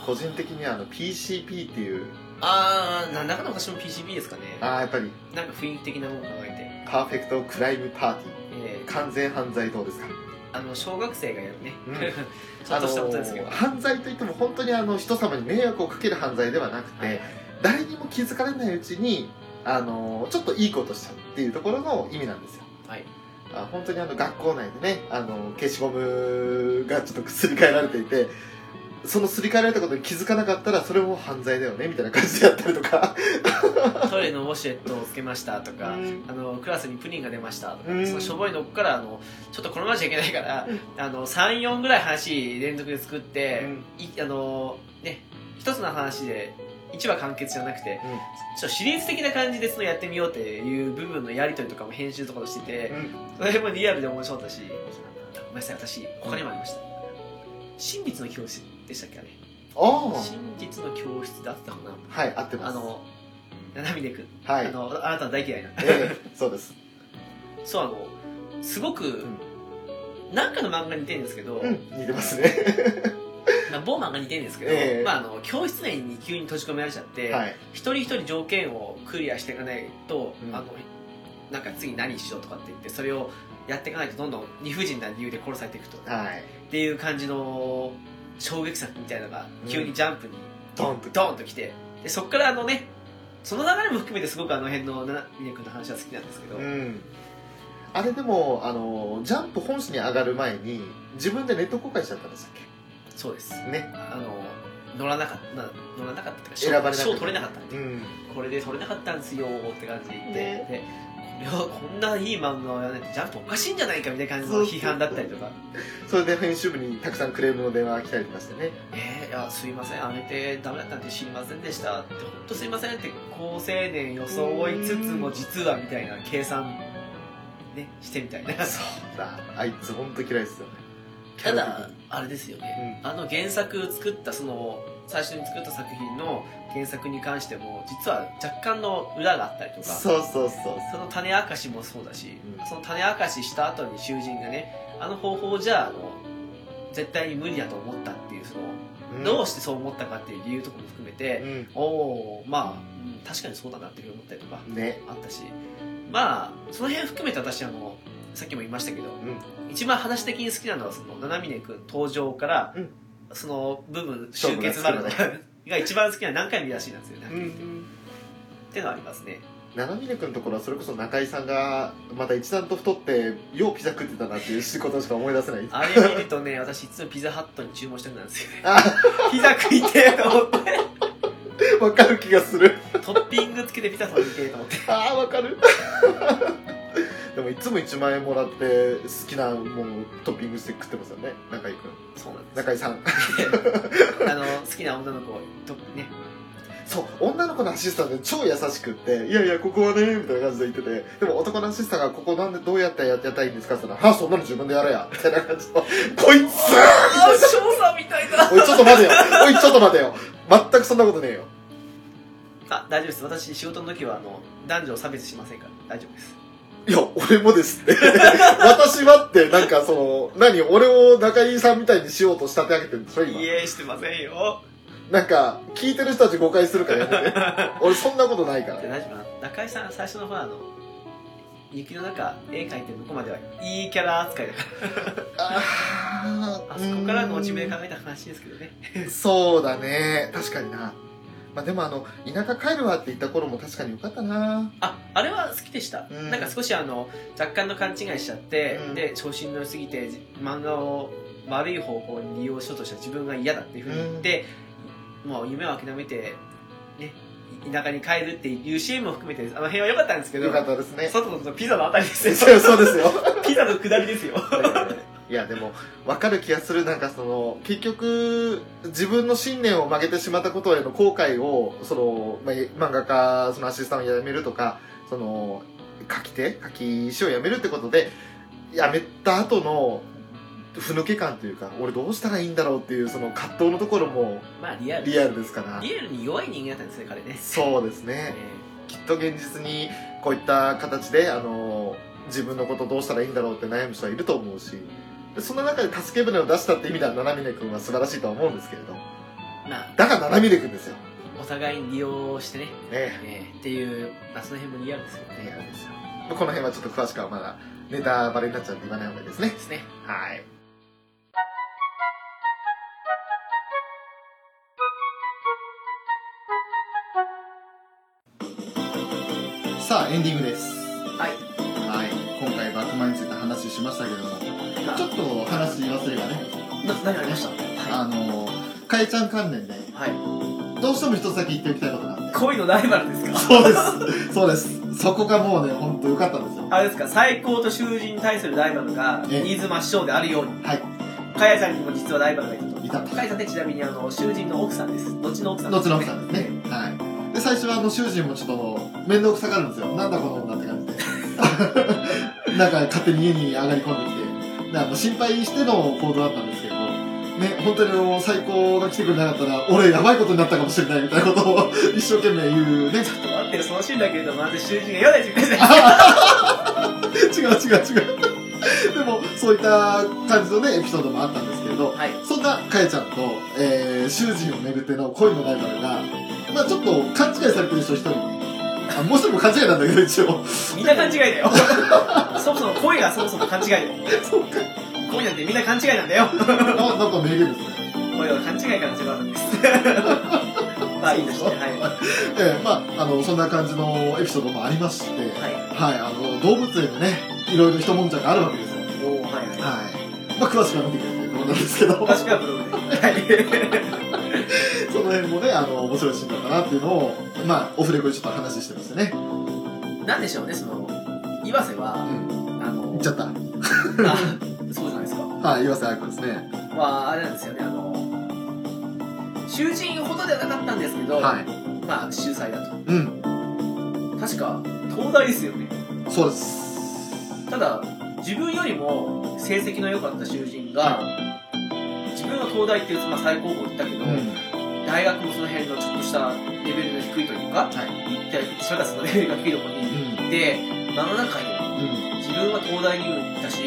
S3: 個人的にはあの PCP っていう
S4: ああ何らかの私も PCB ですかね
S3: ああやっぱり
S4: なんか雰囲気的なものを考え
S3: パーフェクトクライムパーティ
S4: て、え
S3: ー完全犯罪どうですか
S4: ーあの小学生がやるね、
S3: うん
S4: ちょっとしたことですけど、
S3: あのー犯罪といっても本当にあの人様に迷惑をかける犯罪ではなくて、
S4: はい
S3: 誰にも気づかれないうちにあのーちょっといいことしちゃうっていうところの意味なんですよ
S4: はい
S3: あ本当にあの学校内でねあの消しゴムがちょっとすり替えられていてそのすり替えられたことに気づかなかったらそれも犯罪だよねみたいな感じでやったりとか
S4: トイレのウォシュレットをつけましたとか、
S3: うん
S4: あのクラスにプリンが出ましたとか、
S3: うん
S4: そのしょぼいのこからあのちょっとこのままじゃいけないから、あの34ぐらい話連続で作って、いあのね一つの話で1話完結じゃなくて、
S3: うん
S4: ちょっとシリーズ的な感じでそのやってみようっていう部分のやり取りとかも編集とかもしてて、
S3: うん
S4: それもリアルで面白かったしごめんなさい私他にもありました、真実の教室でしたっけあれ
S3: おー
S4: 真実の教室だったかな
S3: はい合ってま
S4: あ
S3: す
S4: の七峰君
S3: は
S4: あ
S3: い、
S4: のあなたの大嫌いな
S3: ええそうです
S4: そうあのすごく、なんかの漫画に似てるんですけど、
S3: うん似てますね
S4: まあ某漫画に似てるんですけど、
S3: ええ
S4: まあ、あの教室内に急に閉じ込められちゃって、
S3: はい
S4: 一人一人条件をクリアしていかないと、
S3: うん
S4: あのなんか次何しようとかって言ってそれをやっていかないとどんどん理不尽な理由で殺されていくと、
S3: はい
S4: っていう感じの衝撃作みたいなのが急にジャンプに
S3: ドンと
S4: ドーンと来てでそこからあのねその流れも含めてすごくあの辺の七峰君の話は好きなんですけど、
S3: うんあれでもあのジャンプ本誌に上がる前に自分でネット公開しちゃったんでしたっ
S4: そうです
S3: けね
S4: あの乗らなかったな乗らなかったっていうか
S3: 選ばれなかった
S4: 賞取れなかった
S3: うん
S4: で、
S3: ん
S4: これで取れなかったんですよって感じで言って、
S3: ね
S4: でこれはこんないい漫画をやらないとジャンプおかしいんじゃないかみたいな感じの批判だったりとか
S3: それで編集部にたくさんクレームの電話が来たりとかしてね
S4: 「えー、いやすいませんあげてダメだったんで知りませんでした」って「ほんとすいません」って好青年装いつつも実はみたいな計算ねしてみたいな
S3: そうだあいつ本当嫌いですよね
S4: ただあれですよね、
S3: うん
S4: あの原作作ったその最初に作った作品の原作に関しても実は若干の裏があったりとかそ
S3: そうそうそう
S4: の種明かしもそうだし、
S3: うん
S4: その種明かしした後に囚人がねあの方法じゃあの絶対に無理だと思ったっていうその、
S3: うん
S4: どうしてそう思ったかっていう理由とかも含めて、
S3: う
S4: おおまあうん確かにそうだなっていうふうに思ったりとか
S3: んね
S4: あったしまあその辺含めて私あのさっきも言いましたけど、
S3: う
S4: 一番話的に好きなのはその七峰君登場から、
S3: うん
S4: その部分集結までの が一番好きな何回も見出しなんですよね、っていうのはありますね
S3: 長峰君のところはそれこそ中井さんがまた一段と太ってようピザ食ってたなっていうことしか思い出せない
S4: あれ見るとね私いつもピザハットに注文したくなるんです よね
S3: あ
S4: ピザ食いてえと思って
S3: わかる気がする
S4: トッピングつけてピザ食いてえと思って
S3: ああわかるでもいつも1万円もらって好きなものをトッピングして食ってますよね中井君
S4: そうなんです
S3: 中井さん
S4: あの好きな女の子とね
S3: そう女の子のアシスタントで超優しくって「いやいやここはね」みたいな感じで言っててでも男のアシスタントが「ここなんでどうやってやってやったらいいんですか?」って言ったら「はあそんなの自分でやれや」みたいな感じのこいつ
S4: ああ翔さんみたいだ
S3: おいちょっと待てよおいちょっと待てよ全くそんなことねえよ
S4: あ大丈夫です私仕事の時はあの男女を差別しませんから大丈夫です
S3: いや、俺もですって 私はって、なんかその、何、俺を中井さんみたいにしようと仕立て上げてるんでしょ、今
S4: い。えしてませんよ
S3: なんか、聞いてる人たち誤解するからやめて。 俺、そんなことないから
S4: で。大丈夫かな中井さん最初の方はあの雪の中絵描いてるとこまではいいキャラ扱いだから
S3: あー
S4: あそこからの自分で考えた話ですけどね
S3: うーんそうだね。確かにな。まあでもあの、田舎帰るわって言った頃も確かによかったな。
S4: ああれは好きでした、
S3: うん
S4: なんか少しあの若干の勘違いしちゃって、
S3: うん
S4: で調子に乗りすぎて漫画を悪い方向に利用しようとした自分が嫌だっていうふうに言って、もう夢を諦めてね田舎に帰るっていう CM も含めてあの辺は良かったんですけど
S3: よかった ですね。
S4: 外のピザのあたりですよ
S3: そうそうですよ。
S4: ピザの下りですよ
S3: いやでも分かる気がするなんかその結局自分の信念を曲げてしまったことへの後悔をその、まあ、漫画家そのアシスタントを辞めるとかその書き手書き師を辞めるってことで辞めた後のふぬけ感というか俺どうしたらいいんだろうっていうその葛藤のところも
S4: まあリアル
S3: リアルですから
S4: リアルに弱い人間だったんですね彼ね
S3: そうですねきっと現実にこういった形であの自分のことどうしたらいいんだろうって悩む人はいると思うしでその中で助け舟を出したって意味では七峰君は素晴らしいとは思うんですけれど
S4: まあ
S3: だから七峰君ですよね
S4: お互いに利用してね、
S3: え
S4: えーっていう、まあ、その辺もリアルですよ
S3: リアル
S4: ね
S3: ですよこの辺はちょっと詳しくはまだネタバレになっちゃうんで言わない方がいいですね
S4: ですね
S3: はいさあエンディングです
S4: はい
S3: はい、今回バックマンについて話しましたけども、ち
S4: まあ
S3: ょっと話忘れがね、
S4: な何ありました
S3: あの、かえちゃん関連で、
S4: はい、
S3: どうしても一つだけ言っておきたいことがあって。
S4: 恋のライバルですか
S3: そうです。そうです。そこがもうね、ほんと良かったんですよ。
S4: あれですか最高と囚人に対するライバルが
S3: ええ
S4: 新妻師匠であるように
S3: は
S4: かやさんにも実はライバルがいると
S3: い、いた。
S4: かやさんってちなみにあの囚人の奥さんです後の奥さん
S3: 後の奥さんですね。はい。で、最初はあの、囚人もちょっと、面倒くさがるんですよ。なんだこの女って感じで。 なんか勝手に家に上がり込んできて、なんか心配しての行動だったんですけど、ね、本当にあの最高が来てくれなかったら、俺やばいことになったかもしれないみたいなことを 一生懸命言うね。
S4: ちょっと待ってそのシーンだけ言うとまず囚人が嫌な自分で
S3: 違う違う違う。でも、そういった感じのね、エピソードもあったんですけれど、
S4: はい
S3: そんなかえちゃんと、えー、囚人を巡っての恋のライバルが、まあちょっと勘違いされてる人一人、あ、もう一人も勘違いなんだけど一応、
S4: みんな勘違いだよ そもそも恋がそもそも勘違いだよ
S3: そうか。
S4: 恋なんてみんな勘違いなんだよ
S3: ななんか名言ですね。
S4: 恋は勘違いから違うんです まあいいですねはいは
S3: えー、まああの、そんな感じのエピソードもありまして、はい、
S4: い
S3: あの、動物園のね、いろいろ一悶着があるわけですよ。はい。
S4: おおはいはい
S3: まあ詳しくは見てくれてると思うんですけど。
S4: 詳しくはブログではい
S3: その辺もね、あの、面白いシーンだったなっていうのを、まあ、オフレコでちょっと話してましたね。
S4: なんでしょうねその岩瀬は、
S3: うん。
S4: あの
S3: 言っちゃった。
S4: あそうじゃないですか
S3: はい、岩瀬愛子ですね。
S4: まああれなんですよねあの囚人ほどではなかったんですけど、
S3: はい。
S4: まあ秀才だと
S3: うん。
S4: 確か東大ですよね
S3: そうです。
S4: ただ自分よりも成績の良かった囚人が、自分は東大っていう、まあ、最高校行ったけど、
S3: うん。
S4: 大学もその辺のちょっとしたレベルの低いというか、行ったり社会のレベルが低いところに行って真の中に
S3: うん。
S4: 自分は東大にも行ったし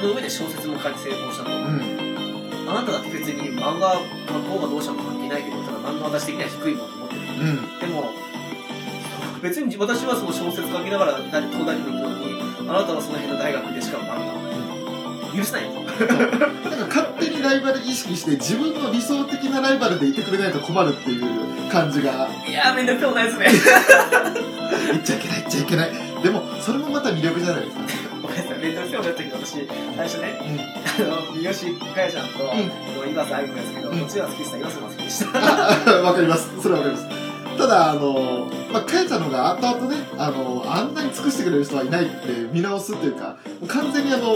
S4: その上で小説も書いて成功したと、
S3: うん。
S4: あなただって別に漫画学校がどうしたのか関係ないけどただ漫画私的には低いものと思ってる
S3: うん。
S4: でも別に私はその小説書きながら東大にも行ったのにあなたはその辺の大学でしかも漫画を許せないと
S3: なんか勝手にラライバル意識して自分の理想的なライバルでいてくれないと困るっていう感じが
S4: いやーめんどくさもないですね
S3: 言っちゃいけない言っちゃいけないでもそれもまた魅力じゃないですか、
S4: ごめんなさいめんどくさもないったけど私最初ね
S3: うん、
S4: あの三好かやちゃんと、う今さあゆむんですけど、
S3: うん
S4: こっちは好きした今さま好きでした
S3: あわかります。それはわかります。ただ、あの、まあ、かやちゃんの方が後々ね、あの、あんなに尽くしてくれる人はいないって見直すっていうか、もう完全にあの、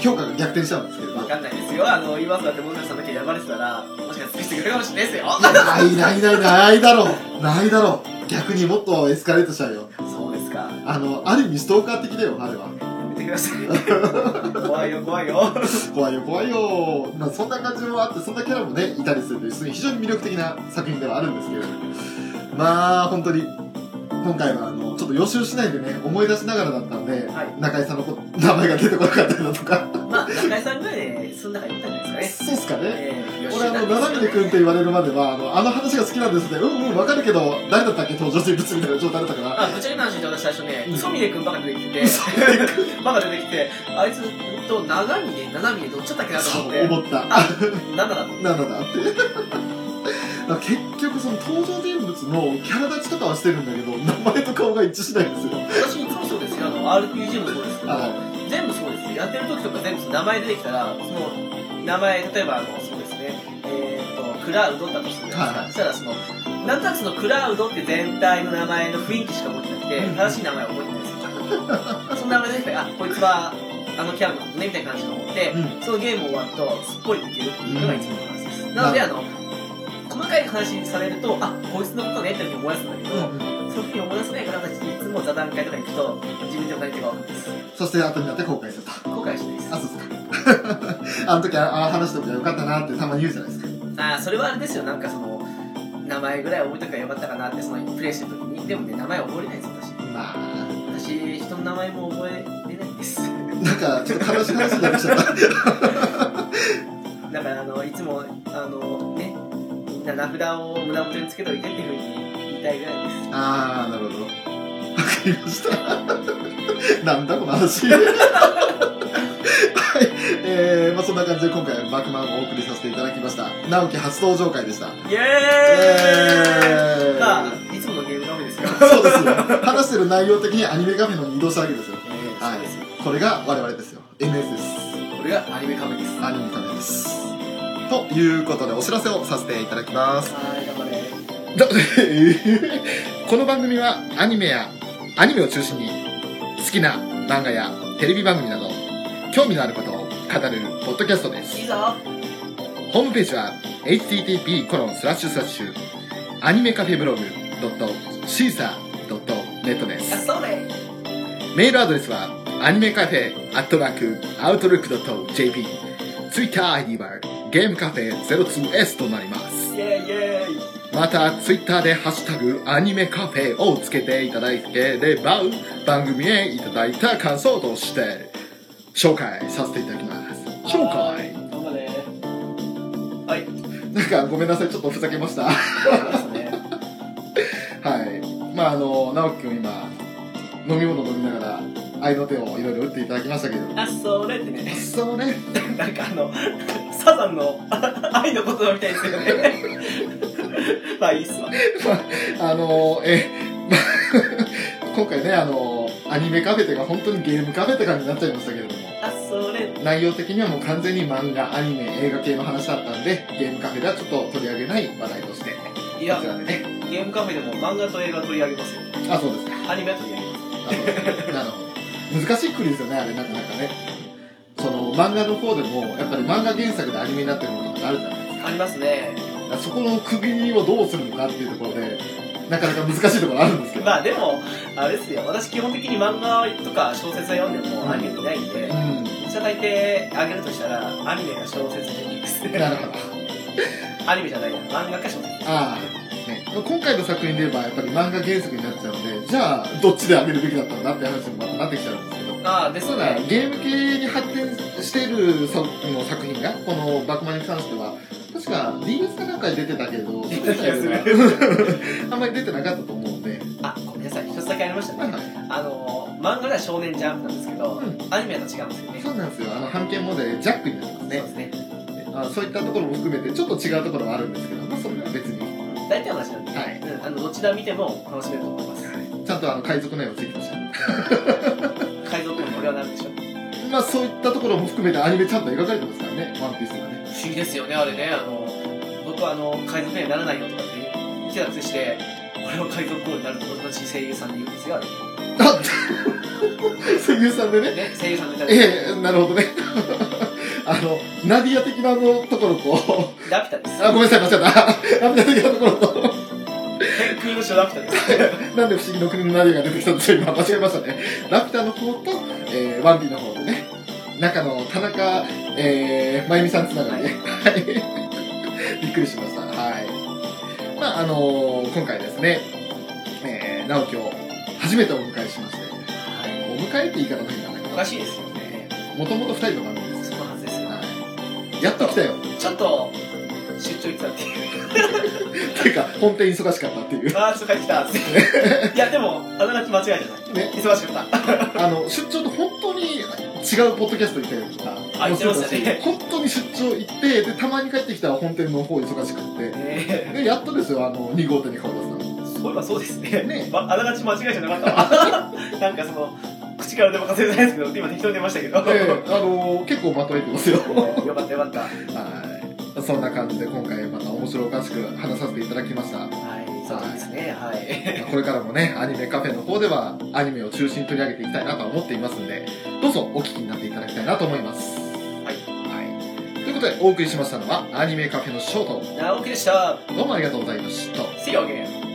S3: 評価が逆転しちゃうんですけど。
S4: わかんないですよ。あの、今だってモンさんだけ選ばれてたら、もしかして尽くしてくれるかもしれないですよ。
S3: ないないないないだろうないだろう逆にもっとエスカレートしちゃうよ。
S4: そうですか。
S3: あの、ある意味ストーカー的だよ、あれ
S4: や
S3: は。
S4: めてくだ さい。怖いよ、怖いよ。
S3: 怖いよ、怖いよ。まあ、そんな感じもあって、そんなキャラもね、いたりするという、非常に魅力的な作品ではあるんですけれども。まあ、本当に、今回は、あの、ちょっと予習しないでね、思い出しながらだったんで、
S4: はい
S3: 中井さんのこ 名前が出てこなかったりだとか。
S4: まあ、中井さんぐらいで、その中にいったんじゃないです
S3: そうっすか
S4: かね。
S3: ね。
S4: ええ
S3: 俺、あの、斜めくんって言われるまでは、あの、あの話が好きなんですね。うんうん、わかるけど、誰だったっけ登場人物みたいな状態だったから。
S4: あ、ぶっちゃけな話で私最初ね、
S3: うん
S4: ソミネ君ばっか出てきて
S3: 嘘、
S4: ばっか出てきて、あいつと長峰、七峰どっちだったっけなと
S3: そ
S4: 思っ
S3: う
S4: て、
S3: 思った。
S4: なんだかと。
S3: なんだなって。 だから結局その登場人物のキャラ立ちとかはしてるんだけど名前と顔が一致しないんですよ
S4: 私いつもそうですよ、あの、RPG もそうですけど、
S3: は
S4: 全部そうですよやってる時とか全部名前出てきたらその名前例えばあのそうですねえー、とクラウドだとするじゃないですか、そしたらそのなんとなくそのクラウドって全体の名前の雰囲気しか覚えてなくて、
S3: うん
S4: 正しい名前は覚えてないですよ その名前出てきたらあこいつはあのキャラのことねみたいな感じの思って、
S3: うん
S4: そのゲーム終わるとすっぽり抜けるっていうのが一番の話です、なのであの細かい話にされるとあこいつのことねって時に思い出すんだけど、そういうふうに思い出せないから私いつも座談会とか行くと自分でお金とか分かんないです
S3: そして後になって後悔すると
S4: 後悔してないです
S3: あそうですか あの時ああ話しておけばよかったなってたまに言うじゃないですか
S4: あーそれはあれですよなんかその名前ぐらい覚えとけばよかったかなってそのプレイしてる時にでもね名前覚えれないです
S3: まあ
S4: 私私人の名前も覚えれないん です
S3: なんかちょっと悲しい話になってきちゃった
S4: だからあのいつもあのねみんな名札を胸元につけといてっていうふうに言いたいぐらいです
S3: ああなるほどわかりました なんだこの話はいえーまあ、そんな感じで今回はバックマンをお送りさせていただきました直樹初登場会でした
S4: イエーイ
S3: えー
S4: まあいつものゲームのみです よ、
S3: そうですよ。話してる内容的にアニメカフェのに移動したわけですよ。
S4: えー
S3: はい
S4: そうですよ
S3: これが我々ですよ。NS です。
S4: これがアニメカフェですは
S3: アニメカフェです。ということでお知らせをさせていただきます。
S4: ーい頑張れ
S3: だ この番組はアニメや、アニメを中心に好きな漫画やテレビ番組など興味のあることを語るポッドキャストです。
S4: いいぞ
S3: ホームページは http コロンスラッシュスラッシュアニメカフェブログドットシーサードットネットです
S4: あ。それ
S3: メールアドレスはアニメカフェアットマークアウトルックドット JP ツイッター ID はゲームカフェ 02S となります
S4: イエーイイエーイ
S3: またツイッターで「ハッシュタグアニメカフェ」をつけていただければ番組へいただいた感想として紹介させていただきます紹介
S4: 頑張れはい
S3: なんかごめんなさいちょっとふざけました は
S4: そうですね
S3: いまああの直樹君今飲み物飲みながら愛の手をいろいろ打っていただきましたけど
S4: あそれってね
S3: そうね
S4: なんかあのサザンの あ愛の言葉みたいですよね まあいいっすわ
S3: あのえ、 まあ今回ね、あのアニメカフェというか、本当にゲームカフェとかになっちゃいましたけれども、
S4: あそれ
S3: 内容的にはもう完全に漫画、アニメ、映画系の話だったんで、ゲームカフェではちょっと取り上げない話題として、こ
S4: い
S3: ち
S4: や
S3: らでね。
S4: ゲームカフェでも漫画と映画取り上げますよ
S3: あ、そうですか。
S4: アニメは取り上げます
S3: あそうですかなるほど。難しいくりですよね、あれ、なかなかね。その、漫画の方でも、やっぱり漫画原作でアニメになってるものとかあるじゃないですか
S4: ありますね。
S3: だからそこの区切りをどうするのかっていうところで、なかなか難しいところあるんですけど。
S4: まあでもあれですよ私基本的に漫画とか小説は読んでもアニメ見ないんで
S3: うん。
S4: うちは大抵あげるとしたらアニメか小説でいいです
S3: なるほど。
S4: アニメじゃないや漫画か小説
S3: ああ、ね、今回の作品で言えばやっぱり漫画原作になっちゃうのでじゃあどっちで上げるべきだったのかって話にもなってきちゃうんですけど
S4: ああで
S3: そ
S4: す
S3: うだ
S4: ね
S3: ゲーム系に発展している作の作品がこの「バクマン」に関しては確か DS かなんかに出てたけど
S4: 出てた気がする
S3: あんまり出てなかったと思うんで、
S4: あごめんなさい一つだけありました
S3: はい
S4: ね
S3: はい
S4: あの漫画では少年ジャンプなんですけど、
S3: うん
S4: アニメと違うんですよね。
S3: そうなんですよあの半径モデルジャックになってます
S4: そう
S3: ね
S4: ですね。
S3: あのそういったところも含めてちょっと違うところはあるんですけど、まあ、それは別に、
S4: 大体の話なんで、
S3: はい
S4: うんあのどちら見ても楽しめると思います
S3: ちゃんとあの海賊の絵をついてました
S4: 海賊王に俺はなるでしょう
S3: まあそういったところも含めてアニメちゃんと描かれてますからね、ワンピースがね。
S4: 不思議ですよねあれねあの僕はあの海賊王にならないよとかって言ってたとして俺は海賊王になると同じ声優さんで言うんですよあれ
S3: あ 声優さんでね。
S4: ね声優さんの歌
S3: ええなるほどね。 あの、ナディア的なあのところと、
S4: ラピュタです
S3: あ、ごめんなさい、間違えた。ナ ディア的なところと、
S4: 天空の城ラピュタです
S3: なんで不思議の国のナディアが出てきたんでしょう、今間違えましたね。ラピュタの方と、えー、ワンピの方でね、中の田中、えー、まゆみさんつながりね。はい。 びっくりしました。はい。まあ、あのー今回ですね、えー、直樹を初めてお迎えしまして、
S4: はい
S3: お迎えって言い方ないんだけ
S4: おかしいですよね
S3: ど、もともと二人の番組です
S4: そ
S3: よ。
S4: のはずですよ
S3: はい。やっと来たよ。
S4: ちょっと出張行ってたっていう
S3: っていうか、本店忙しかったっていう。
S4: ああちょっと帰ってき たっていういやでもあながち間違いじゃない
S3: ね、
S4: 忙しかった
S3: あの、出張と本当に違うポッドキャスト行ったりとか、
S4: あ行ってましたね
S3: もうそうだし本当に出張行って、で、たまに帰ってきたら本店の方忙しくて、
S4: ね
S3: で、やっとですよ、あの、2号店に顔出 すの。
S4: そういえばそうですね
S3: ね
S4: まあながち間違いじゃなかった わなんかその口から出まかせじゃないですけど今適当に出ましたけど、
S3: で、あの、結構まとめてますよ。
S4: よかったよかったは
S3: はい。そんな感じで今回また面白おかしく話させていただきました。
S4: いそうですねはい
S3: これからもね、アニメカフェの方ではアニメを中心に取り上げていきたいなとは思っていますんで、どうぞお聞きになっていただきたいなと思います。
S4: はい
S3: はい。ということで、お送りしましたのは、アニメカフェのショート。
S4: なおきでした
S3: どうもありがとうございました。
S4: See you again